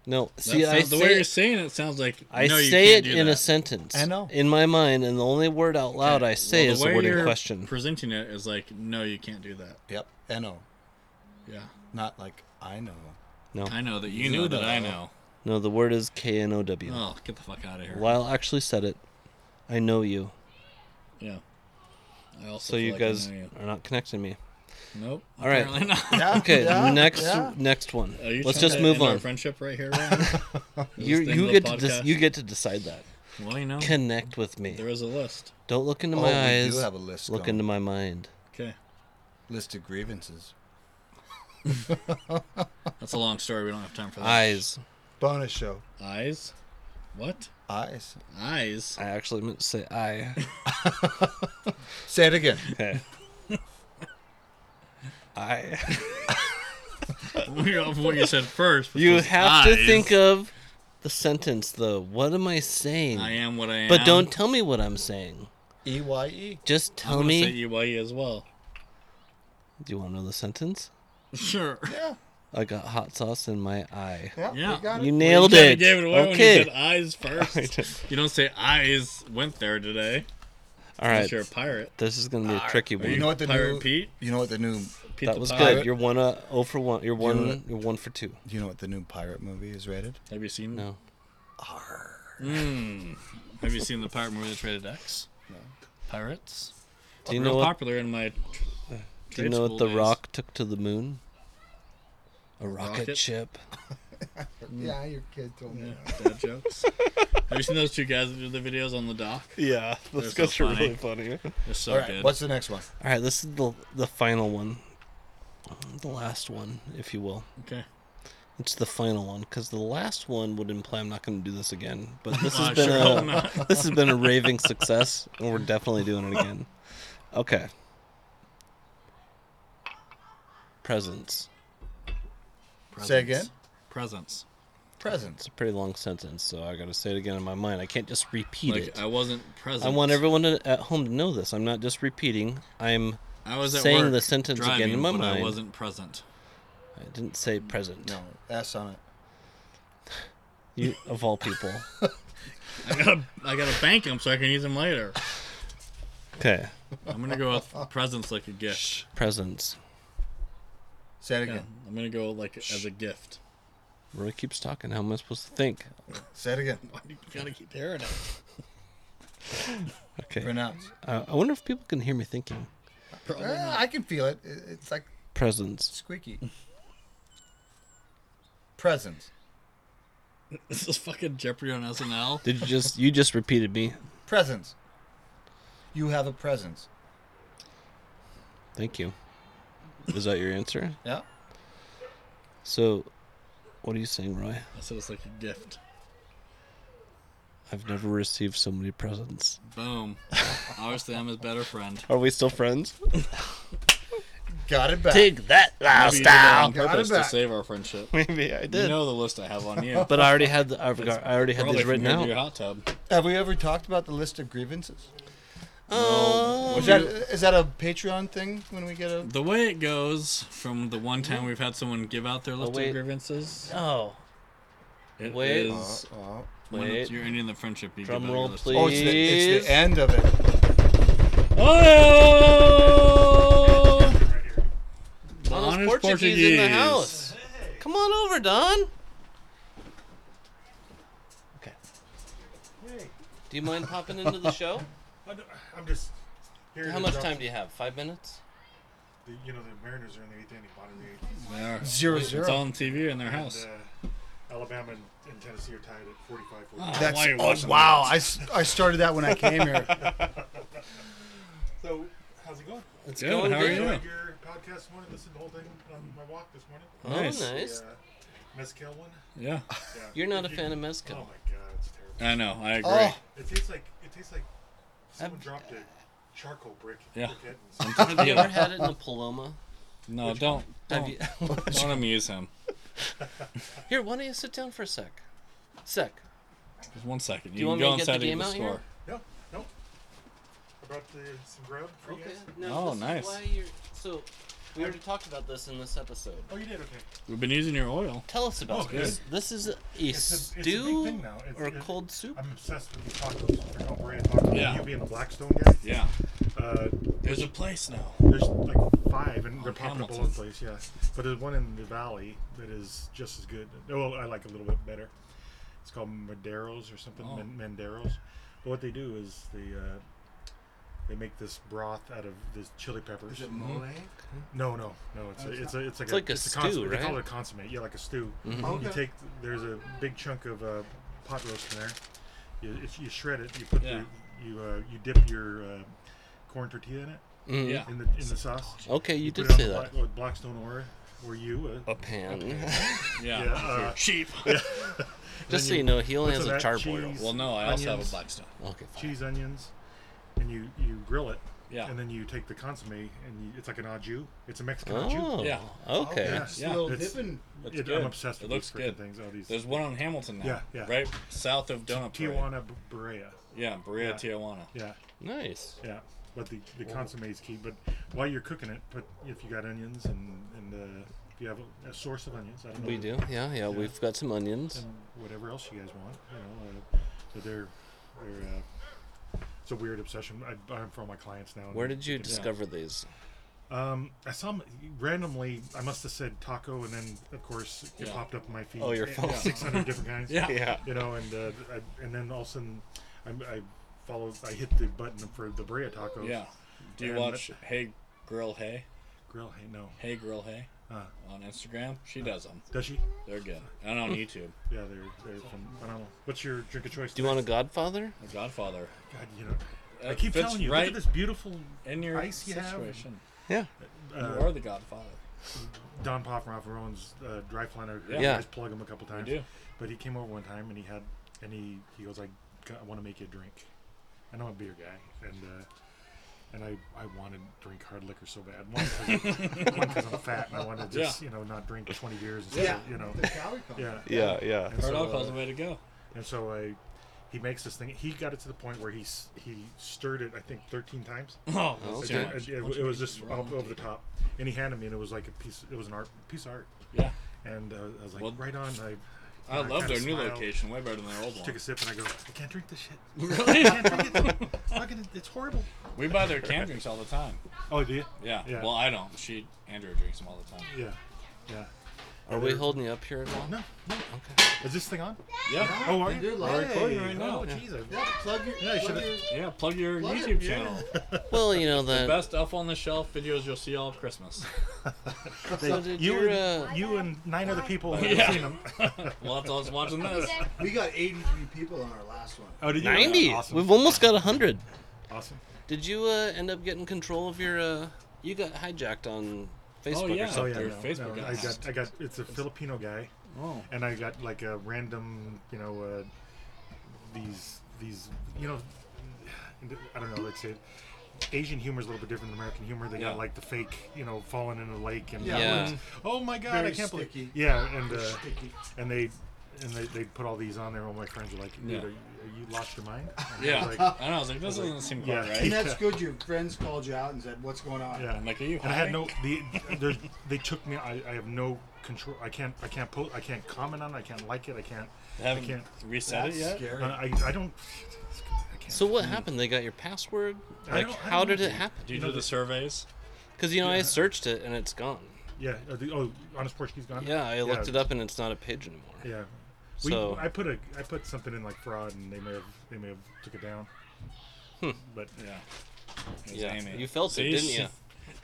S3: No.
S2: That
S3: See, I
S2: sounds- the way
S3: say,
S2: you're
S3: it-
S2: saying it sounds like
S3: I
S2: no, you
S3: say it
S2: can't do
S3: in
S2: that.
S3: a sentence.
S1: I know.
S3: In my mind, and the only word out loud I say
S2: Well,
S3: is the
S2: way
S3: word in
S2: you're
S3: question.
S2: Presenting it is like no, you can't do that.
S1: Yep. N-O.
S2: Yeah,
S1: Not like I know.
S3: no.
S2: I know that
S1: You
S2: you, know, that
S1: know.
S2: I know.
S3: No, the word is K N O W.
S2: Oh, get the fuck out of here.
S3: Lyle actually said it. I know you.
S2: Yeah. I also
S3: So
S2: feel
S3: you
S2: like I
S3: guys
S2: know you.
S3: are not
S1: (laughs)
S3: connecting me.
S2: Nope.
S3: All right.
S2: Apparently not.
S1: Yeah,
S3: Okay,
S1: yeah,
S3: next
S1: yeah.
S3: next one.
S2: Are you Oh,
S3: Let's
S2: trying
S3: just
S2: to
S3: move
S2: end our
S3: on.
S2: friendship right here.
S3: (laughs)
S2: Ryan?
S3: You
S2: This thing,
S3: you
S2: the
S3: get to dis-
S2: podcast?
S3: you get to decide that.
S2: Well, you know,
S3: Connect with me.
S2: there is a list.
S3: Don't look into
S1: Oh,
S3: my
S1: we
S3: eyes.
S1: do have a list.
S3: look
S1: going.
S3: into my mind.
S2: Okay,
S1: list of grievances.
S2: that's a long story. We don't have time for that.
S3: Eyes.
S1: Bonus show.
S2: Eyes. What?
S1: Eyes.
S3: (laughs)
S2: Eyes. (laughs)
S3: I actually meant to say I.
S1: Say it again.
S3: Okay.
S2: (laughs)
S3: I.
S2: we off what you said first. which
S3: You
S2: was
S3: have to
S2: eyes.
S3: think of the sentence, though. What am I saying?
S2: I am what I am.
S3: But don't tell me what I'm saying.
S1: E Y E.
S3: Just
S2: I'm
S3: tell
S2: gonna
S3: me.
S2: say EYE as well. (laughs)
S3: Do you want to know the sentence?
S2: Sure.
S1: Yeah.
S3: I got hot sauce in my eye.
S1: Yeah.
S2: Yeah.
S1: You got
S3: You
S1: it.
S3: nailed
S2: you kinda
S3: it.
S2: Gave it away when you
S3: okay.
S2: said
S3: (laughs)
S2: eyes first. you don't say eyes went there today.
S3: All
S2: Unless
S3: right.
S2: You're a pirate.
S3: This is gonna be a tricky
S2: Are
S3: one.
S1: You know what the
S2: Pirate
S1: new
S2: Pete?
S1: You know what the new
S2: Pete
S3: that
S2: the
S3: was
S2: pirate.
S3: good. You're one uh, oh for one. You're
S1: know
S3: one.
S1: what-
S3: You're one for two.
S1: you know what the new pirate movie is rated?
S2: Have you seen?
S3: No.
S2: Mm. Have you seen the pirate movie that traded X? No. Pirates.
S3: Do you
S2: Real
S3: know what? Uh,
S2: popular in my. tr-
S3: Do you
S2: trade
S3: know
S2: school
S3: what the
S2: days.
S3: Rock took to the moon? A rocket,
S2: rocket? (laughs)
S3: ship.
S1: Yeah, your kid told
S2: Yeah, dad
S3: (laughs)
S2: jokes. Have you seen those two guys that do the videos on the dock?
S3: Yeah,
S2: those guys so are really
S3: funny.
S2: (laughs) They're so
S1: All right.
S2: good.
S1: What's the next one?
S3: All right, this is the the final one, the last one, if you will.
S2: Okay.
S3: It's the final one because the last one would imply I'm not going to do this again. But this
S2: Well,
S3: has
S2: I
S3: been
S2: sure hope
S3: a
S2: not.
S3: (laughs) this has been a raving success, and we're definitely doing it again. Okay. Presence.
S1: Say again?
S2: Presents.
S1: Presents.
S3: It's a pretty long sentence, so I got to say it again in my mind. I can't just repeat
S2: Like
S3: it.
S2: I wasn't present.
S3: I want everyone to, at home to know this. I'm not just repeating. I'm
S2: I I was at
S3: saying
S2: work
S3: the sentence again
S2: driving
S3: in my
S2: when I
S3: mind.
S2: wasn't present.
S3: I didn't say present.
S1: No, S on it.
S3: You of
S2: (laughs)
S3: all people.
S2: I gotta, I gotta bank them so I can use them later.
S3: Okay.
S2: I'm gonna go (laughs) with presents like a gift.
S3: Shh. Presents.
S1: Say it again.
S2: Yeah, I'm gonna go like as a gift.
S3: Roy keeps talking. How am I supposed to think?
S1: Say it again.
S2: Why do you gotta keep hearing it?
S3: Okay.
S1: Pronounce.
S3: Uh, I wonder if people can hear me thinking.
S2: Probably
S1: Ah, I can feel it. It- It's like
S2: (laughs)
S3: Presents.
S1: squeaky. (laughs) Presents.
S2: This is fucking Jeopardy on SNL.
S3: Did you just you just repeated me?
S1: Presents. You have a presence.
S3: Thank you. Is that your answer?
S1: Yeah.
S3: So, what are you saying, Roy?
S2: I said it's like a gift.
S3: I've never received so many presents.
S2: Boom. Obviously, I'm his better friend.
S3: Are we still friends? (laughs)
S1: Got it back.
S3: Take that,
S2: Maybe you did that on
S1: Got it
S2: purpose to
S1: back.
S2: save our friendship.
S3: Maybe I
S2: You
S3: did.
S2: know the list I have
S3: (laughs)
S2: on you.
S3: But I already had the, I've got, I already had
S2: Probably
S3: these
S2: from
S3: written
S2: your- Your
S3: out.
S2: hot tub.
S1: Have we ever talked about the list of grievances?
S3: Oh,
S1: Is that is that a Patreon thing when we get a
S2: The way it goes from the one time we've had someone give out their list
S3: Oh, wait.
S2: of grievances,
S3: oh.
S2: it
S3: Wait.
S2: is
S1: oh,
S2: when
S3: Wait.
S2: you're ending the friendship. You
S3: Drum
S2: give out
S3: roll,
S2: your list.
S1: it's
S3: please.
S1: the, it's
S3: Please.
S1: the end of it.
S2: Oh! Honest
S3: Portuguese in the
S2: Portuguese.
S3: house. Come on over, Don. Okay. Do you mind popping
S2: (laughs)
S3: into the show?
S5: I don't- I'm just. Here
S3: How much time do you have? Five minutes?
S5: The, you know, the Mariners are in the eighth inning, bottom of the eighth.
S2: They are.
S1: Zero
S2: It's
S1: zero.
S2: on TV in their house.
S5: And, uh, Alabama and, and Tennessee are tied at 45
S3: Ah.
S2: Oh.
S1: That's
S2: Why are you
S1: oh,
S2: watching
S1: wow. I, s- I started that when I came
S2: (laughs)
S1: here.
S5: So, how's it going?
S3: It's
S2: Good, how are you?
S5: I
S2: Yeah.
S5: heard your podcast this morning, listened to the whole thing on my walk this morning.
S3: Oh, nice.
S2: Nice.
S5: The, uh, Mezcal one.
S2: Yeah,
S5: Yeah.
S3: You're not a
S5: If you-
S3: fan of
S5: Oh,
S3: mezcal.
S5: my God, it's terrible.
S2: I know. I agree.
S1: Oh,
S5: It tastes like. It tastes like someone
S3: I've-
S5: dropped a charcoal brick.
S2: Yeah.
S5: briquette and-
S3: Have you ever had it
S5: (laughs)
S3: in a Paloma?
S2: No, don't.
S3: Have
S5: Oh.
S2: Don't,
S3: you? (laughs)
S2: don't amuse him.
S3: Here, why don't you sit down for a sec? Sec.
S2: Just one second. You,
S3: you
S2: can
S3: want me
S2: go
S3: to get the
S2: inside and
S3: game
S2: get the
S3: out here?
S2: score.
S5: No, no. I brought the, some grub for you
S3: Okay.
S5: guys.
S3: No,
S2: Oh,
S3: this is
S2: nice.
S3: why you're- so, we already talked about this in this episode.
S5: Oh, you did? Okay.
S2: We've been using your oil.
S3: Tell us about
S5: Oh,
S3: this. This is a,
S5: It's a- it's a big
S3: stew
S5: thing now. It's-
S3: or
S5: it-
S3: cold soup?
S5: I'm obsessed with these tacos. They're called brand tacos.
S2: Yeah.
S5: You being the Blackstone guy.
S2: Yeah.
S5: Uh,
S2: There's a place now.
S5: there's like five, and they're popping up all over
S2: Hamilton.
S5: the place. Yeah, but there's one in the valley that is just as good. Oh, I like a little bit better. It's called Maderos or something.
S2: Oh.
S5: Man- Manderos. But what they do is they uh, they make this broth out of this chili peppers.
S1: mole?
S5: No, no, no. It's a, it's a, it's like
S3: It's like a
S5: a consomme-
S3: stew,
S5: They call
S3: right?
S5: it a consommé. Yeah, like a stew.
S1: Okay.
S5: You take there's a big chunk of uh, pot roast in there. You, if you shred it, you put
S2: Yeah.
S5: the, you uh, you dip your uh, corn tortilla in it
S3: Mm.
S2: Yeah.
S5: in the in the sauce.
S3: Okay, Oh, you
S5: put
S3: did
S5: it
S3: say
S5: on
S3: that.
S5: Black, Blackstone or or you. Uh,
S3: A (laughs) pan.
S2: Yeah.
S5: yeah, uh,
S2: Cheap.
S3: Just so
S5: you
S3: you know, he only
S5: put
S3: has
S5: some
S3: a
S5: of that
S3: charbroil.
S5: cheese.
S2: Well, no, I also have a
S5: Onions.
S2: Blackstone.
S3: Okay, fine.
S5: cheese, onions, and you you grill it.
S2: Yeah.
S5: And then you take the consommé, and you, it's like an au jus. It's a Mexican au jus.
S3: Oh,
S2: Yeah.
S3: okay.
S5: Yeah.
S1: Just
S2: Yeah.
S1: a little
S5: It's-
S1: dipping.
S2: It's
S5: It,
S2: good.
S5: I'm obsessed
S2: It
S5: with
S2: looks
S5: these freaking
S2: good.
S5: things. All these
S2: There's one on Hamilton now.
S5: Yeah, yeah.
S2: Right south of Donut Parade.
S5: Tijuana B- Berea.
S2: Yeah, Berea
S5: Yeah.
S2: Tijuana.
S5: Yeah.
S3: Nice.
S5: Yeah, but the the consomme is key. But while you're cooking it, put if you got onions and and uh, if you have a, a source of onions, I don't know.
S3: We do. Yeah, yeah, We've got some onions.
S5: And whatever else you guys want, you know. Uh, but they're they're uh, it's a weird obsession. I buy 'em for all my clients now. and
S3: Where did you
S5: they-
S3: discover these?
S5: Um, I saw 'em randomly. I must have said taco, and then of course it
S2: Yeah.
S5: popped up on my feed.
S3: Oh, your phone. (laughs)
S5: Six hundred different kinds.
S2: Yeah.
S5: You know, and uh, I, and then all of a sudden, I, I followed. I hit the button for the Brea tacos.
S2: Yeah. Do you
S5: And-
S2: watch Hey Grill Hey?
S5: Grill. Hey, no.
S2: Hey Grill Hey
S5: Uh,
S2: on Instagram? She does them.
S5: does she?
S2: They're good. And
S5: Mm.
S2: on YouTube.
S5: Yeah, they're they're phen- phenomenal. What's your drink of choice?
S3: Do you Uh, want a Godfather?
S2: The Godfather.
S5: a God? You know, I
S2: That
S5: keep
S2: fits
S5: telling you.
S2: right
S5: Look at this beautiful
S2: In your
S5: Ice you have.
S2: situation.
S3: Yeah.
S2: you
S5: uh,
S2: are the Godfather.
S5: Don Poffroff who owns uh, Dry Flanner.
S2: Yeah.
S5: You
S3: Yeah.
S5: guys plug him a couple times.
S2: do.
S5: But he came over one time and he had and he he goes I, want to make you a drink, and I'm a beer guy and. uh and I, I wanted to drink hard liquor so bad. One, because I'm (laughs) fat and I wanted to just,
S2: Yeah.
S5: you know, not drink 20 years. And
S1: Yeah. (laughs)
S5: you know.
S1: The calorie count.
S5: (laughs) Yeah.
S3: Yeah, yeah.
S5: And
S2: Hard
S5: so, (laughs)
S2: alcohol's
S5: uh,
S2: the way to go.
S5: And so I He makes this thing. He got it to the point where he s- he stirred it. I think thirteen times.
S2: Oh,
S3: that's
S5: It,
S3: too
S5: it- it- it was just up over the top, and he handed me, and it was like a piece. It was an art piece of art,
S2: Yeah.
S5: and uh, I was like,
S2: Well,
S5: right on. I,
S2: I
S5: I
S2: love
S5: kinda
S2: their new
S5: smiled,
S2: location way better than their old
S5: Took
S2: one.
S5: a sip, and I go, I can't drink this shit.
S2: (laughs) Really?
S5: (laughs) I can't drink it. It's fucking- it's horrible.
S2: we buy their canned drinks all the time.
S5: Oh, do you?
S2: Yeah.
S5: Yeah.
S2: Well, I don't. She, Andrew drinks them all the time.
S5: Yeah, yeah.
S3: Are we holding you up here at all?
S5: No, no.
S3: Okay.
S5: Is this thing on?
S2: Yeah.
S5: Oh, are
S1: And
S5: you?
S1: you're live.
S5: Oh,
S2: now.
S5: jeez. I-
S1: Yeah, plug your.
S5: Yeah, you
S1: plug
S5: should've-
S1: your-
S2: Yeah. Plug your
S1: Plug it,
S2: YouTube
S1: yeah.
S2: channel.
S3: Well, you know that.
S2: Best elf on the shelf videos you'll see all of (laughs) Christmas.
S3: So did
S5: You
S3: your,
S5: and,
S3: uh,
S5: you and nine other people have
S2: Yeah.
S5: (laughs) seen them.
S2: (laughs) Well, that's all I was watching this.
S1: We got 83 people on our last one.
S5: Oh, did you?
S3: 90.
S5: Awesome.
S3: We've almost got 100.
S5: awesome.
S3: Did you uh, end up getting control of your? Uh, you got hijacked on Facebook
S2: yeah.
S3: or
S5: Oh
S3: something.
S5: yeah,
S2: Their
S5: no,
S2: Facebook
S5: no,
S2: got
S5: I got,
S2: hacked.
S5: I got. It's a Filipino guy,
S2: Oh.
S5: and I got like a random, you know, uh, these these, you know, I don't know. Let's say Asian humor is a little bit different than American humor. They
S2: Yeah.
S5: got like the fake, you know, falling in the lake and
S1: Yeah.
S3: Yeah.
S5: oh my god,
S1: Very
S5: I can't
S1: sticky.
S5: believe. Yeah, and uh,
S1: Sticky.
S5: and they and they they put all these on there. All my friends are like, dude,
S2: Yeah.
S5: are, you, are you lost
S2: (laughs)
S5: your mind? And I
S2: Yeah.
S5: was like-
S2: I know. I was like, this doesn't seem quite
S5: Yeah.
S1: And
S2: right.
S1: that's good. Your friends called you out and said, "What's going on?"
S5: yeah.
S2: I'm like, are you?
S5: and I had
S2: high?
S5: no the there's they took me. I, I have no control. I can't I can't post. I can't comment on it. I can't like it. I can't.
S2: They
S5: I
S2: haven't
S5: can't.
S2: reset
S1: That's
S2: it yet.
S5: uh,
S1: scary.
S5: I, I don't. I can't.
S3: So what happened? They got your password.
S5: I
S3: Like,
S5: don't- I
S3: how
S5: don't
S3: did
S5: know.
S3: it happen?
S2: Do you
S5: You know
S2: do the
S5: the-
S2: surveys?
S3: Because you know I searched it and it's gone.
S5: Yeah. uh, the- oh, honest Portuguese gone.
S3: Yeah, I looked it up and it's not a page anymore.
S5: Yeah. We,
S3: So-
S5: I put a I put something in like fraud and they may have they may have took it down.
S3: Hmm.
S5: But
S2: Yeah. It was
S3: Yeah,
S2: Amy.
S3: you felt
S2: See,
S3: it, didn't
S2: she-
S3: you?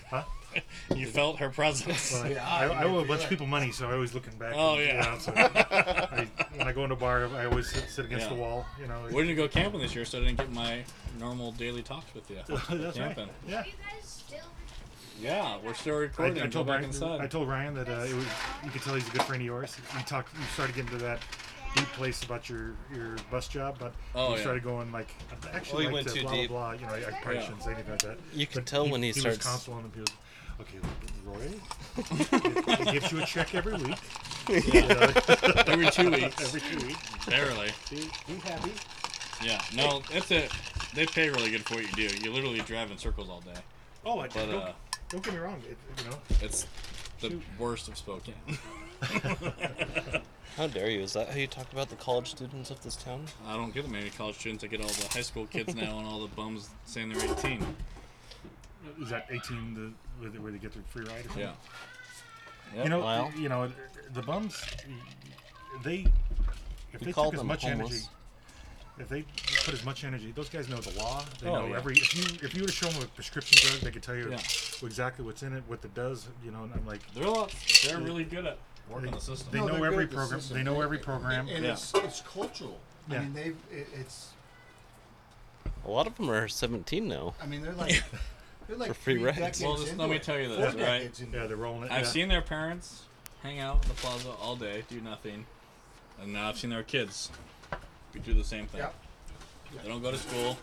S5: huh?
S2: (laughs) You felt her presence.
S5: Well,
S1: Yeah,
S5: I,
S1: I
S5: I owe a
S1: feel
S5: bunch
S1: it.
S5: of people money, so I always looking back.
S2: Oh,
S5: and,
S2: yeah.
S3: (laughs)
S5: so I, when I go into a bar, I always sit, sit against
S2: Yeah.
S5: the wall. You know.
S2: (laughs) We didn't go camping this year, so I didn't get my normal daily talks with (laughs) you.
S5: (laughs) That's right.
S2: camping.
S5: Yeah.
S4: You guys still
S2: Yeah, we're still
S5: I,
S2: recording.
S5: I
S2: go
S5: told
S2: back
S5: Ryan,
S2: inside.
S5: I told Ryan that uh, it was. You could tell he's a good friend of yours. You talked. You started getting to that deep place about your your bus job, but
S2: Oh,
S5: you
S2: yeah.
S5: started going like I'd actually
S3: Well, he
S5: like
S3: went
S5: to
S3: too
S5: blah
S3: deep.
S5: blah blah. You know, I, I probably
S2: Yeah.
S5: shouldn't say anything like that.
S3: You can
S5: But
S3: tell
S5: he,
S3: when he starts-
S5: was consoling him. He was okay, Roy. he gives you a check every week.
S2: (laughs) every two weeks,
S5: Every two weeks.
S2: barely.
S5: Be, be happy.
S2: Yeah, no, that's it. They pay really good for what you do. You literally drive in circles all day.
S5: Oh, I,
S2: But
S5: don't,
S2: uh,
S5: don't get me wrong. It, you know,
S2: it's the worst of Spokane.
S3: How dare you? Is that how you talk about the college students of this town?
S2: (laughs) I don't get them any college students. I get all the high school kids now and all the bums saying they're 18.
S5: is that 18 the where they, where they get their free ride or something?
S2: Yeah.
S5: You know,
S3: Well-
S5: you know, the bums, they if
S3: We
S5: they
S3: call
S5: took as
S3: them
S5: much
S3: homeless.
S5: energy, if they put as much energy, those guys know the law. They
S2: Oh,
S5: know
S2: yeah.
S5: every. If you if you were to show them a prescription drug, they could tell you
S2: Yeah.
S5: exactly what's in it, what it does. You know, and I'm like,
S2: They're a lot, they're really good at working the system.
S5: They
S1: No,
S5: know
S1: they're
S5: every
S1: good. The
S5: program-
S1: system-
S5: they know every program.
S1: And, and
S2: Yeah.
S1: it's, it's cultural. I
S5: Yeah.
S1: mean, they've it, it's.
S3: A lot of them are 17 now.
S1: I mean, they're like. They're like
S3: For free
S1: three
S3: rides.
S1: decades
S2: Well, just
S1: into
S2: let me
S1: it.
S2: tell you
S1: Four
S2: this, right?
S1: decades into it.
S5: yeah, they're rolling it.
S2: I've
S5: yeah.
S2: seen their parents hang out in the plaza all day, do nothing, and now I've seen their kids. We do the same thing.
S1: Yeah.
S2: They don't go to school.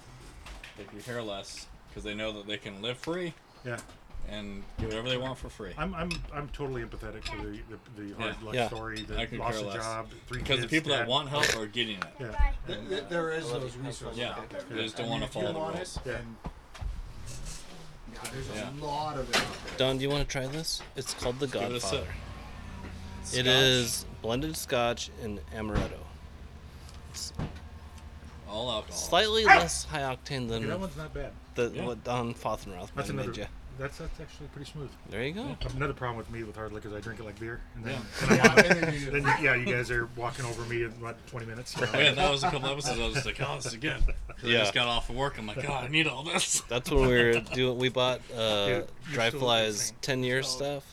S2: They could care less because they know that they can live free
S5: Yeah,
S2: and do whatever they want for free.
S5: I'm I'm I'm totally empathetic to the the, the hard
S2: Yeah.
S5: luck
S3: Yeah.
S5: story. The
S2: I could
S5: lost
S2: care
S5: a
S2: less.
S5: job, three
S2: Because the
S5: kids,
S2: people that
S5: dad.
S2: want help are getting it.
S5: Yeah.
S4: Right.
S1: Th- th- there is those resources
S2: Yeah.
S1: out there.
S2: They just don't
S1: I mean,
S2: wanna
S1: if
S2: follow
S1: you
S2: the
S1: want
S2: rules.
S1: It,
S5: Yeah.
S1: and- yeah, there's a
S2: Yeah.
S1: lot of it out there.
S3: Don, do you want to try this? It's called the
S2: Give it a sip.
S3: Godfather. It is blended Scotch and amaretto.
S2: Oh. all alcohol.
S3: Slightly
S2: Ah!
S3: less high octane
S5: Okay, that
S3: than
S5: one's not bad.
S3: the,
S2: yeah.
S3: what Don Fothenroth might
S5: That's
S3: have
S5: another.
S3: made you.
S5: That's that's actually pretty smooth.
S3: There you go.
S5: Another problem with me with hard liquor is I drink it like beer, and then,
S2: Yeah.
S5: then I (laughs) want
S1: And then you-
S5: Then you- yeah, you guys are walking over me in what twenty minutes. you know?
S2: Oh, Yeah, that was a couple episodes. I was just like, oh, this is good. 'Cause I
S3: Yeah.
S2: just got off of work. I'm like, God, I need all this.
S3: That's when
S2: (laughs)
S3: we were doing. We bought uh,
S5: Dude, you're
S3: Dry
S5: still
S3: Fly's
S5: insane.
S3: 10 year
S5: Oh.
S3: stuff.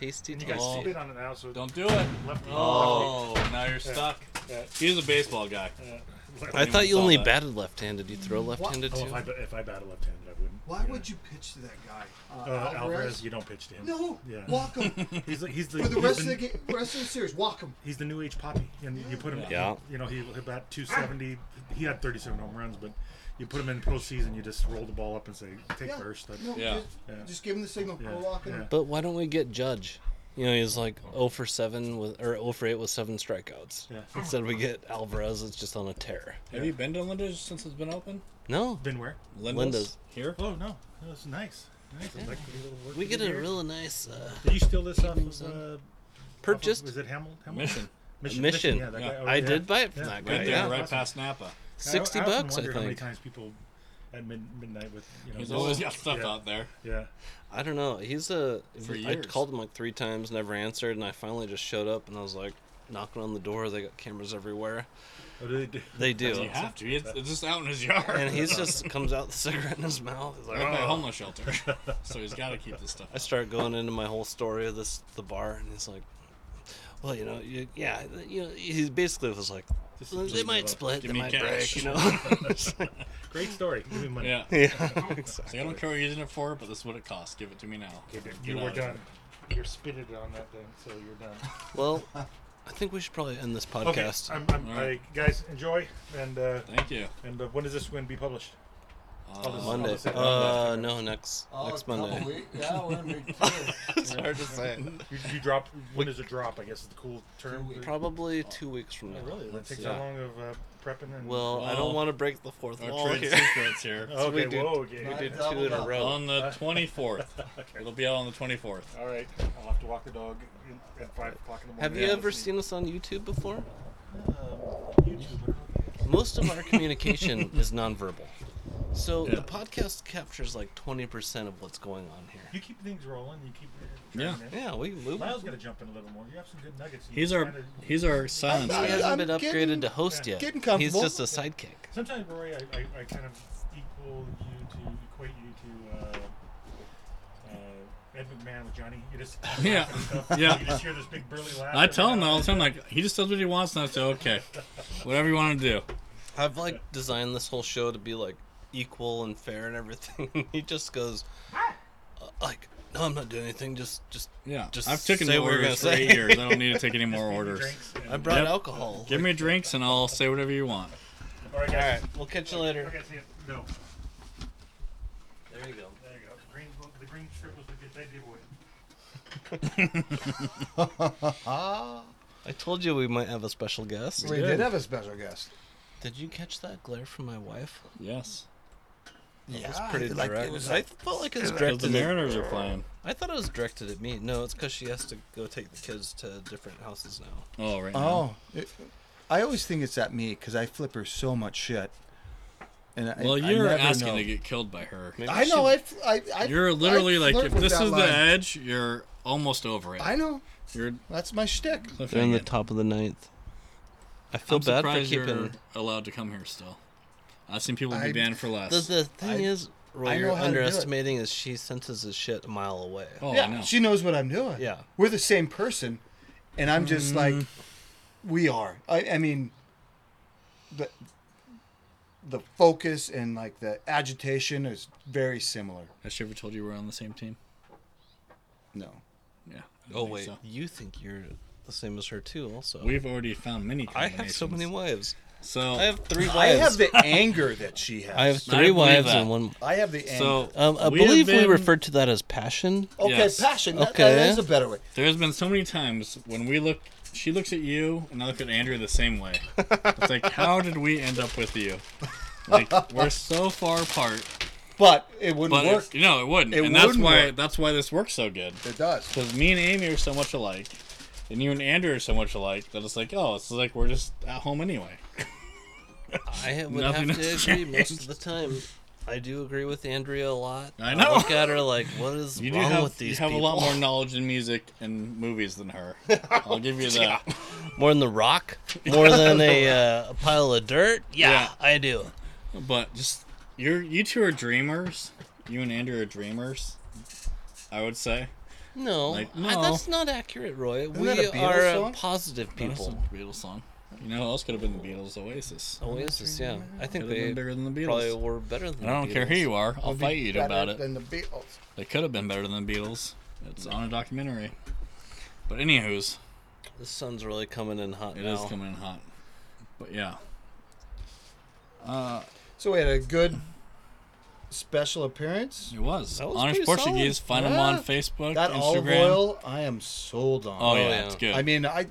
S3: Tasty,
S5: And you guys
S3: tasty.
S5: spit on it now, so
S2: Don't do it.
S5: lefty.
S2: Oh, now you're stuck.
S5: Yeah.
S2: He's a baseball guy.
S5: lefty, uh,
S3: I
S5: lefty.
S3: thought you
S2: saw
S3: only
S2: that.
S3: batted left handed. You throw left handed
S5: Oh,
S3: too?
S5: if I ba- if I batted left-handed, I wouldn't.
S1: Why
S5: yeah.
S1: would you pitch to that guy?
S5: Uh, Alvarez? you don't pitch to him.
S1: No,
S5: Yeah.
S1: walk him
S5: (laughs) He's the, he's the,
S1: for the
S5: he's
S1: rest of
S5: the-
S1: the game, rest of the series. Walk him.
S5: He's the new age poppy, and you put him.
S3: Yeah.
S5: You know, he he bat 270. He had 37 home runs, but you put him in pro season, you just roll the ball up and say, "Take
S1: Yeah.
S5: first. That-
S1: No,
S2: Yeah.
S1: Just,
S5: Yeah.
S1: just give him the signal.
S5: Yeah.
S1: We're walking him.
S5: Yeah.
S3: But why don't we get Judge? You know, he's like 0 for 7 with or 0 for 8 with seven strikeouts.
S5: Yeah.
S3: Instead, we get Alvarez. It's just on a tear.
S2: Have you been to Linda's since it's been open?
S3: No,
S5: Been where?
S2: Linda's,
S3: Linda's.
S2: here.
S5: Oh no, no this is nice. Nice. Like a little work
S3: we
S5: to
S3: get
S5: do
S3: a
S5: here.
S3: real nice uh,
S5: Did you steal this off
S3: Evenings
S5: of?
S3: on-
S5: Uh,
S3: purchased.
S5: Was it Hamel? Hamel?
S2: Mission.
S5: Mission.
S3: Mission.
S5: Yeah, that
S2: Yeah.
S5: guy over
S3: I
S5: there.
S3: did buy it from
S5: Yeah.
S3: that guy.
S2: Right there,
S3: yeah.
S2: right
S5: Awesome.
S2: past Napa.
S3: Sixty
S5: I, I
S3: bucks, I
S5: wonder How many
S3: think.
S5: times people at mid, midnight with you know.
S2: He's
S5: this-
S2: always got stuff
S5: yeah,
S2: out there.
S5: Yeah.
S3: I don't know. He's a.
S2: For
S3: I
S2: years.
S3: called him like three times, never answered, and I finally just showed up and I was like knocking on the door. They got cameras everywhere.
S5: Oh, do they do?
S3: They
S2: You
S3: do.
S2: have to. It's, it's just out in his yard.
S3: And he's just (laughs) comes out with a cigarette in his mouth. He's like,
S2: right by a
S3: "Oh."
S2: homeless shelter, so he's got to keep this stuff.
S3: I start going into my whole story of this the bar, and he's like, "Well, you know, you, yeah, you know." He basically was like,
S5: This is
S3: "Well, "They
S5: just
S3: might
S5: about-
S3: split,
S2: Give
S3: they
S2: me
S3: might
S2: cash."
S3: break," you
S5: (laughs)
S3: know. (laughs)
S5: Great story. Give me money.
S2: Yeah.
S3: yeah,
S2: So I
S3: exactly.
S2: don't care what you're using it for, but this is what it costs. Give it to me now.
S5: Okay,
S2: Get
S5: you
S2: out
S5: were
S2: of here.
S5: done. You're spitted on that thing, so you're done.
S3: Well, I think we should probably end this
S5: Okay,
S3: podcast.
S5: I'm, I'm,
S2: All right.
S5: I, guys, enjoy, and uh,
S2: Thank you.
S5: and uh, when does this win be published?
S2: Uh,
S5: this- I'll
S3: Monday.
S5: just say that.
S3: Uh, no, next
S1: Oh,
S3: next
S1: a couple
S3: Monday.
S1: week-
S5: (laughs)
S1: Yeah, we're in week two.
S3: (laughs) It's hard to say.
S5: You, you drop. When does it drop? I guess is the cool term.
S1: Two weeks.
S3: Probably two weeks from now.
S5: Oh, really? That takes
S2: yeah.
S5: that long of uh, prepping and.
S3: Well, I
S2: Well,
S3: don't want to break the fourth
S2: (laughs) our
S3: wall
S2: trade
S3: here.
S2: secrets here.
S3: (laughs)
S5: okay.
S3: we did-
S5: whoa. Okay.
S3: We
S1: I
S3: did two
S1: doubled
S3: in a
S1: up.
S3: row.
S2: On the 24th.
S3: (laughs)
S2: It'll be out on the 24th.
S5: All right. I'll have to walk the dog in, at five o'clock in the morning.
S3: Have you
S5: Yeah,
S3: ever
S5: listen.
S3: seen us on YouTube before?
S5: Um, YouTuber.
S3: Most of our communication (laughs) is nonverbal, so
S2: Yeah.
S3: the podcast captures like twenty percent of what's going on here.
S5: You keep things rolling. You keep.
S2: Yeah.
S5: trying it.
S3: Yeah, we move.
S5: Miles got to jump in a little more. You have some good nuggets.
S2: He's our
S5: Kinda-
S2: he's our silence
S3: He
S2: guy.
S3: hasn't
S1: I'm
S3: been upgraded
S1: getting-
S3: to host yet.
S1: getting
S3: He's
S1: comfortable.
S3: just a sidekick.
S5: Sometimes, Rory, I, I, I kind of equal you to equate you to uh, uh, Ed McMahon with Johnny. You (laughs) just
S2: Yeah. Yeah.
S5: You just hear this big burly laugh.
S2: I tell him all the time, like he just does what he wants, and I say,
S3: (laughs)
S2: okay, whatever you want to do.
S3: I've like designed this whole show to be like equal and fair and everything. (laughs) he just goes uh, like, "No, I'm not doing anything. Just, just
S2: Yeah,
S3: Just
S2: I've taken
S3: say
S2: the
S3: what we're
S2: orders for
S3: gonna
S2: eight
S3: say.
S2: years. I don't need to
S3: (laughs)
S2: take any more orders.
S3: I brought
S2: Yep.
S3: alcohol."
S2: Give me drinks, and I'll say whatever you want.
S5: All right,
S3: All
S5: guys.
S3: right, we'll catch you later.
S5: Okay, see you. No.
S3: There you go.
S5: There you go. The green, the green strip was the good they giveaway.
S3: I told you we might have a special guest.
S1: We did have a special guest.
S3: Did you catch that glare from my wife?
S2: Yes,
S1: Yeah,
S3: It's pretty
S1: like,
S3: direct.
S1: It was
S3: I
S1: like,
S3: felt like it was
S2: because the
S3: directed. At,
S2: Mariners are playing.
S3: I thought it was directed at me. No, it's because she has to go take the kids to different houses now.
S2: Oh, right. Now.
S1: oh, it, I always think it's at me because I flip her so much shit. And I,
S2: Well,
S1: I
S2: you're
S1: never
S2: asking
S1: know.
S2: to get killed by her.
S3: Maybe
S1: I
S3: she-
S1: know. I, fl- I, I
S2: You're literally
S1: I
S2: like,
S1: flirt
S2: if
S1: with
S2: this
S1: that
S2: is
S1: line.
S2: the edge, you're almost over it.
S1: I know.
S2: You're
S1: That's my shtick.
S3: They're in the
S2: cliffhanging.
S3: top of the ninth. I feel
S2: I'm
S3: bad for
S2: surprised
S3: keeping.
S2: you're allowed to come here still. I've seen people be
S1: I-
S2: banned for
S3: The,
S2: less.
S3: the thing is, Roy,
S1: I know how
S3: you're
S1: to do it.
S3: underestimating is she senses this shit a mile away.
S2: oh, I
S1: yeah,
S2: know.
S1: she knows what I'm doing.
S3: Yeah.
S1: we're the same person, and I'm just like, we are. I, I mean, the the focus and like the agitation is very similar.
S2: Has she ever told you we're on the same team?
S1: No,
S2: Yeah. I don't
S3: Oh
S2: think
S3: wait,
S2: so.
S3: you think you're the same as her too? Also,
S2: We've already found many.
S3: I have so many
S2: combinations.
S3: wives.
S2: So
S3: I have three wives.
S1: I have
S2: (laughs)
S1: the anger that she has.
S3: I have
S2: I
S3: three
S2: believe
S3: wives
S2: that.
S3: and one.
S1: I have the anger.
S2: so
S3: Um, I
S2: we have
S3: believe we
S2: been- Oh,
S3: referred to that as passion.
S1: okay,
S2: yes.
S1: passion. Okay,
S3: Okay.
S1: that is a better way.
S2: There's been so many times when we look. She looks at you, and I look at Andrew the
S1: (laughs)
S2: same way. It's like, how did we end up with you? Like we're so far apart,
S1: But it wouldn't
S2: but
S1: work.
S2: it, no, it wouldn't.
S1: It
S2: and that's
S1: wouldn't
S2: why
S1: work.
S2: that's why this works so good.
S1: It does.
S2: Because me and Amy are so much alike, and you and Andrew are so much alike that it's like, oh, it's like we're just at home anyway.
S3: I ha- would
S2: Nothing
S3: have to
S2: has
S3: agree most
S2: changed.
S3: of the time. I do agree with Andrea a lot.
S2: I know.
S3: look at her like, what is
S2: You do
S3: wrong
S2: have
S3: with these
S2: you have
S3: people?
S2: a lot more knowledge in music and movies than (laughs) her. I'll give you that.
S3: More than the rock, more
S2: (laughs)
S3: than a, uh, a pile of dirt. Yeah,
S2: Yeah.
S3: I do.
S2: But just you're you two are dreamers. You and Andrew are dreamers. I would say.
S3: No,
S2: Like,
S3: I-
S2: no.
S3: that's not accurate, Roy. we
S1: that a Beatles
S3: are uh,
S1: song?
S3: positive people.
S2: That's a Beatles song. You know who else could have been the Beatles? Oasis.
S3: Oasis, yeah. I
S2: Could
S3: think
S2: have been
S3: they
S2: bigger than the
S3: probably
S2: Beatles.
S3: were better than.
S2: And I don't
S3: the
S2: care who
S3: Beatles.
S2: you are. I'll fight you
S1: Better
S2: about it.
S1: than the Beatles.
S2: They could have been better than the Beatles. It's on a documentary. But anywho's,
S3: The sun's really coming in hot
S2: it is
S3: now.
S2: coming in hot. But yeah,
S1: So we had a good special appearance.
S2: It was.
S3: That was
S2: Honest
S3: pretty
S2: Portuguese.
S3: solid.
S2: Find them on
S1: Yeah.
S2: Facebook,
S1: That
S2: Instagram.
S1: olive oil, I am sold on.
S2: Oh,
S3: Oh,
S2: yeah,
S3: yeah.
S2: it's good.
S1: I mean, I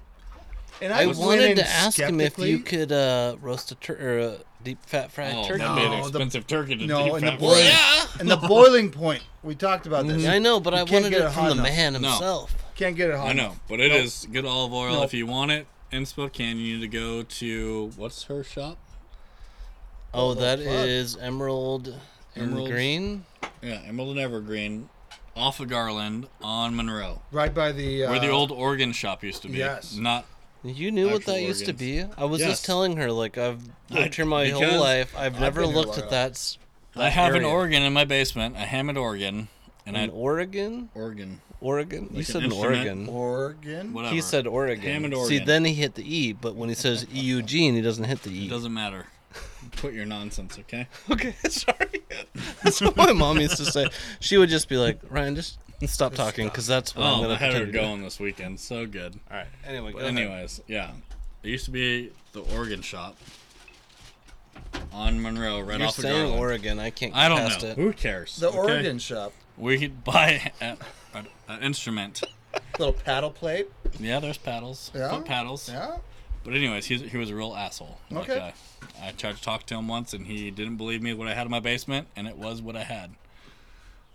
S1: and I,
S3: I
S1: went in
S3: wanted to ask him if
S1: skeptically.
S3: you could uh, roast a tur- or a deep fat fried
S2: oh,
S3: turkey.
S2: that
S1: no.
S2: made
S1: the-
S2: expensive turkey to
S1: no,
S2: deep
S1: and the
S2: fat
S1: boy-
S2: fried.
S3: Yeah,
S1: And the boiling point, we talked about this.
S3: Mm, I know, but I
S1: can't
S3: wanted
S1: get
S3: it
S1: it
S3: from
S1: hot
S3: the
S1: enough.
S3: man
S2: No. Oh,
S3: himself.
S1: Can't get it hot.
S2: I know, but it
S1: Nope.
S2: is good olive oil
S1: Nope.
S2: if you want it in Spokane. You need to go to what's her shop?
S3: Oh, that
S1: fuck.
S3: is emerald and
S2: Emeralds.
S3: green.
S2: Yeah, Emerald and Evergreen, off of Garland on Monroe,
S1: Right by the uh,
S2: where the old Oregon shop used to be.
S1: yes.
S2: Not
S3: You knew what
S2: Actual
S3: that used to be. I was
S2: Yes.
S3: just telling her, like I've
S2: I-
S3: lived here my
S2: because
S3: whole life. I've never
S1: been here
S3: looked
S1: long
S3: at that. s-
S2: I have an
S3: area.
S2: organ in my basement, a Hammond organ, and
S3: In
S2: I
S3: Oregon,
S2: organ.
S3: Oregon. you
S2: an
S3: said an
S2: instrument.
S3: Oregon.
S1: Oregon.
S2: Whatever.
S3: He said Oregon.
S2: Hammond,
S3: See,
S2: Oregon.
S3: then he hit the E, but when he says Eugene, he doesn't hit the E.
S2: It doesn't matter. Quit your nonsense, okay?
S3: (laughs) Okay,
S2: (laughs)
S3: sorry. That's what my mom used to say. She would just be like, Ryan, just stop talking because that's what I'm
S2: Oh,
S3: going
S2: I
S3: to
S2: had her
S3: pretend
S2: going this weekend. So good.
S3: All right. Anyway, go
S2: But anyways, yeah. It used to be the organ shop on Monroe, right
S3: ahead. You're
S2: off of
S3: saying
S2: Garland.
S3: Oregon. I can't get
S2: I don't
S3: past
S2: know.
S3: it.
S2: Who cares?
S1: The
S2: okay?
S1: Oregon shop.
S2: We could buy a, a, an instrument.
S3: (laughs)
S1: Little paddle plate.
S2: Yeah, there's paddles.
S1: Yeah.
S2: Foot paddles.
S1: Yeah.
S2: But anyways, he's, he was a real asshole. Like,
S1: Okay.
S2: uh, I tried to talk to him once, and he didn't believe me what I had in my basement, and it was what I had.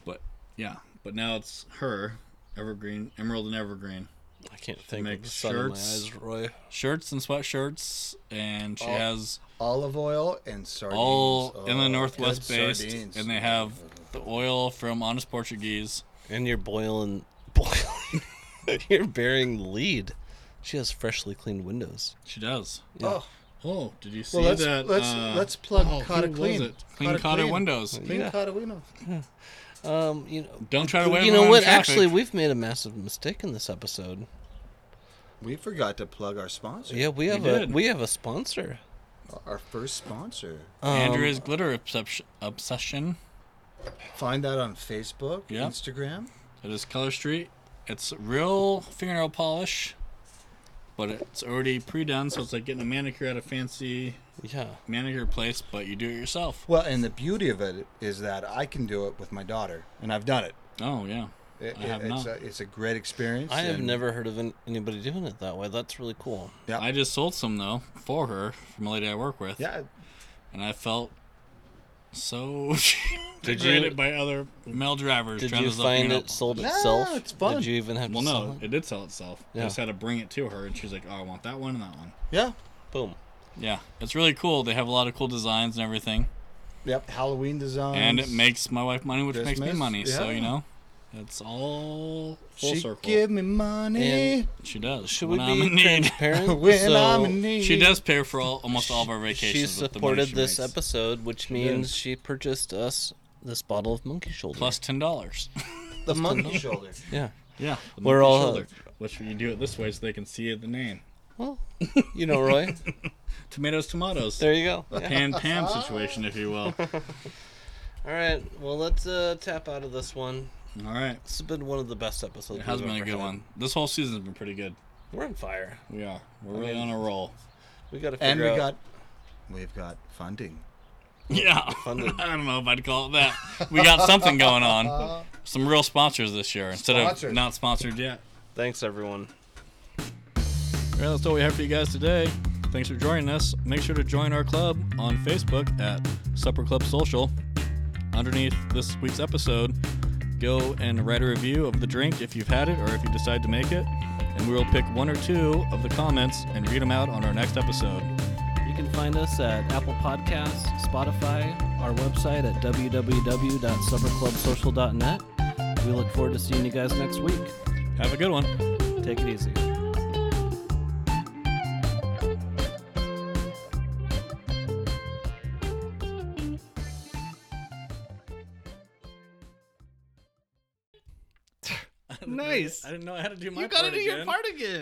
S2: But yeah, but now it's her, Evergreen, Emerald and Evergreen
S3: I can't think
S2: Make
S3: of the sun in my
S2: shirts.
S3: eyes, Roy.
S2: shirts and sweatshirts, and she
S1: Oh.
S2: has
S1: Olive oil and sardines.
S2: all
S1: Oh,
S2: in the Northwest
S1: good
S2: based,
S1: sardines.
S2: and they have the oil from Honest Portuguese.
S3: And you're boiling. (laughs) boiling. you're burying lead. She has freshly cleaned windows.
S2: She does.
S1: Oh,
S2: Oh, did you see
S1: well, let's
S2: that?
S1: let's
S2: uh,
S1: let's plug
S2: oh, who
S1: Cotta
S2: was
S1: Clean.
S2: it? Clean Cotta Windows.
S1: Clean
S3: Yeah.
S1: Cotta Windows.
S3: Um, you know.
S2: Don't try to wait.
S3: you know what?
S2: Traffic.
S3: Actually, we've made a massive mistake in this episode.
S1: We forgot to plug our sponsor.
S3: Yeah, we have a
S2: did.
S3: we have a sponsor.
S1: Our first sponsor.
S3: Um,
S2: Andrea's glitter obsession. obsession.
S1: Find that on Facebook,
S2: Yeah.
S1: Instagram.
S2: It is Color Street. It's real fingernail polish, but it's already pre-done, so it's like getting a manicure at a fancy
S3: Yeah.
S2: manicure place, but you do it yourself.
S1: Well, and the beauty of it is that I can do it with my daughter, and I've done it.
S2: Oh yeah,
S1: It-
S2: I have
S1: it's,
S2: not.
S1: A, it's a great experience.
S3: I have
S1: and-
S3: never heard of an, anybody doing it that way. That's really cool.
S1: Yeah.
S2: I just sold some though for her from a lady I work with,
S1: Yeah,
S2: and I felt so (laughs)
S3: Did you-
S2: degraded by other male drivers.
S3: Did
S2: trying
S3: you
S2: to sell
S3: find
S2: fingernail
S3: it sold
S1: No,
S3: itself?
S1: it's fun.
S3: Did you even have
S2: Well,
S3: to
S2: no,
S3: sell it?
S2: it did sell itself.
S3: Yeah.
S2: I just had to bring it to her, and she's like, "Oh, I want that one and that one."
S1: yeah,
S3: Boom.
S2: Yeah, it's really cool. They have a lot of cool designs and everything.
S1: yep. Halloween design.
S2: and it makes my wife money, which makes me
S1: Christmas,
S2: money. So
S1: yeah.
S2: you know, it's all full
S1: she
S2: circle.
S1: give me money
S3: And
S2: she does.
S3: Should
S2: when
S3: we
S2: I'm
S3: be
S2: in need.
S1: (laughs)
S3: transparent?
S1: when
S3: So,
S1: I'm in need.
S2: She does pay for all, almost all of our vacations.
S3: She
S2: with the money
S3: supported
S2: she
S3: this
S2: makes.
S3: episode, which means she purchased us this bottle of monkey shoulder.
S2: plus ten dollars. (laughs)
S1: the monkey shoulder. (laughs)
S3: yeah.
S2: yeah, the
S3: We're
S2: monkey
S3: all-
S2: Which you do it this way so they can see the name.
S3: Well, (laughs) you
S1: (laughs)
S3: know, Roy.
S2: Tomatoes, tomatoes.
S3: there you go. Yeah.
S2: Pan Pam situation, if you
S3: (laughs)
S2: will.
S3: All right. Well, let's uh, tap out of this one.
S2: All right,
S3: This has been one of the best episodes.
S2: it has
S3: we've
S2: been a
S3: ever
S2: good
S3: had.
S2: one. This whole season's been pretty good.
S3: We're on fire.
S2: We are. We're really on a roll.
S3: We got to figure
S1: And we
S3: out-
S1: got, we've got funding.
S2: Yeah.
S3: Funded.
S2: (laughs) I don't know if I'd call it that. We got something going on. Some real sponsors this year instead
S1: Sponsors.
S2: of not sponsored yet.
S3: Thanks, everyone.
S2: All right, that's all we have for you guys today. Thanks for joining us. Make sure to join our club on Facebook at Supper Club Social. Underneath this week's episode, go and write a review of the drink if you've had it or if you decide to make it. And we will pick one or two of the comments and read them out on our next episode.
S6: You can find us at Apple Podcasts, Spotify, our website at www.supperclubsocial.net. We look forward to seeing you guys next week.
S2: Have a good one.
S6: Take it easy.
S2: Nice. I didn't know how to do my You gotta do your part again.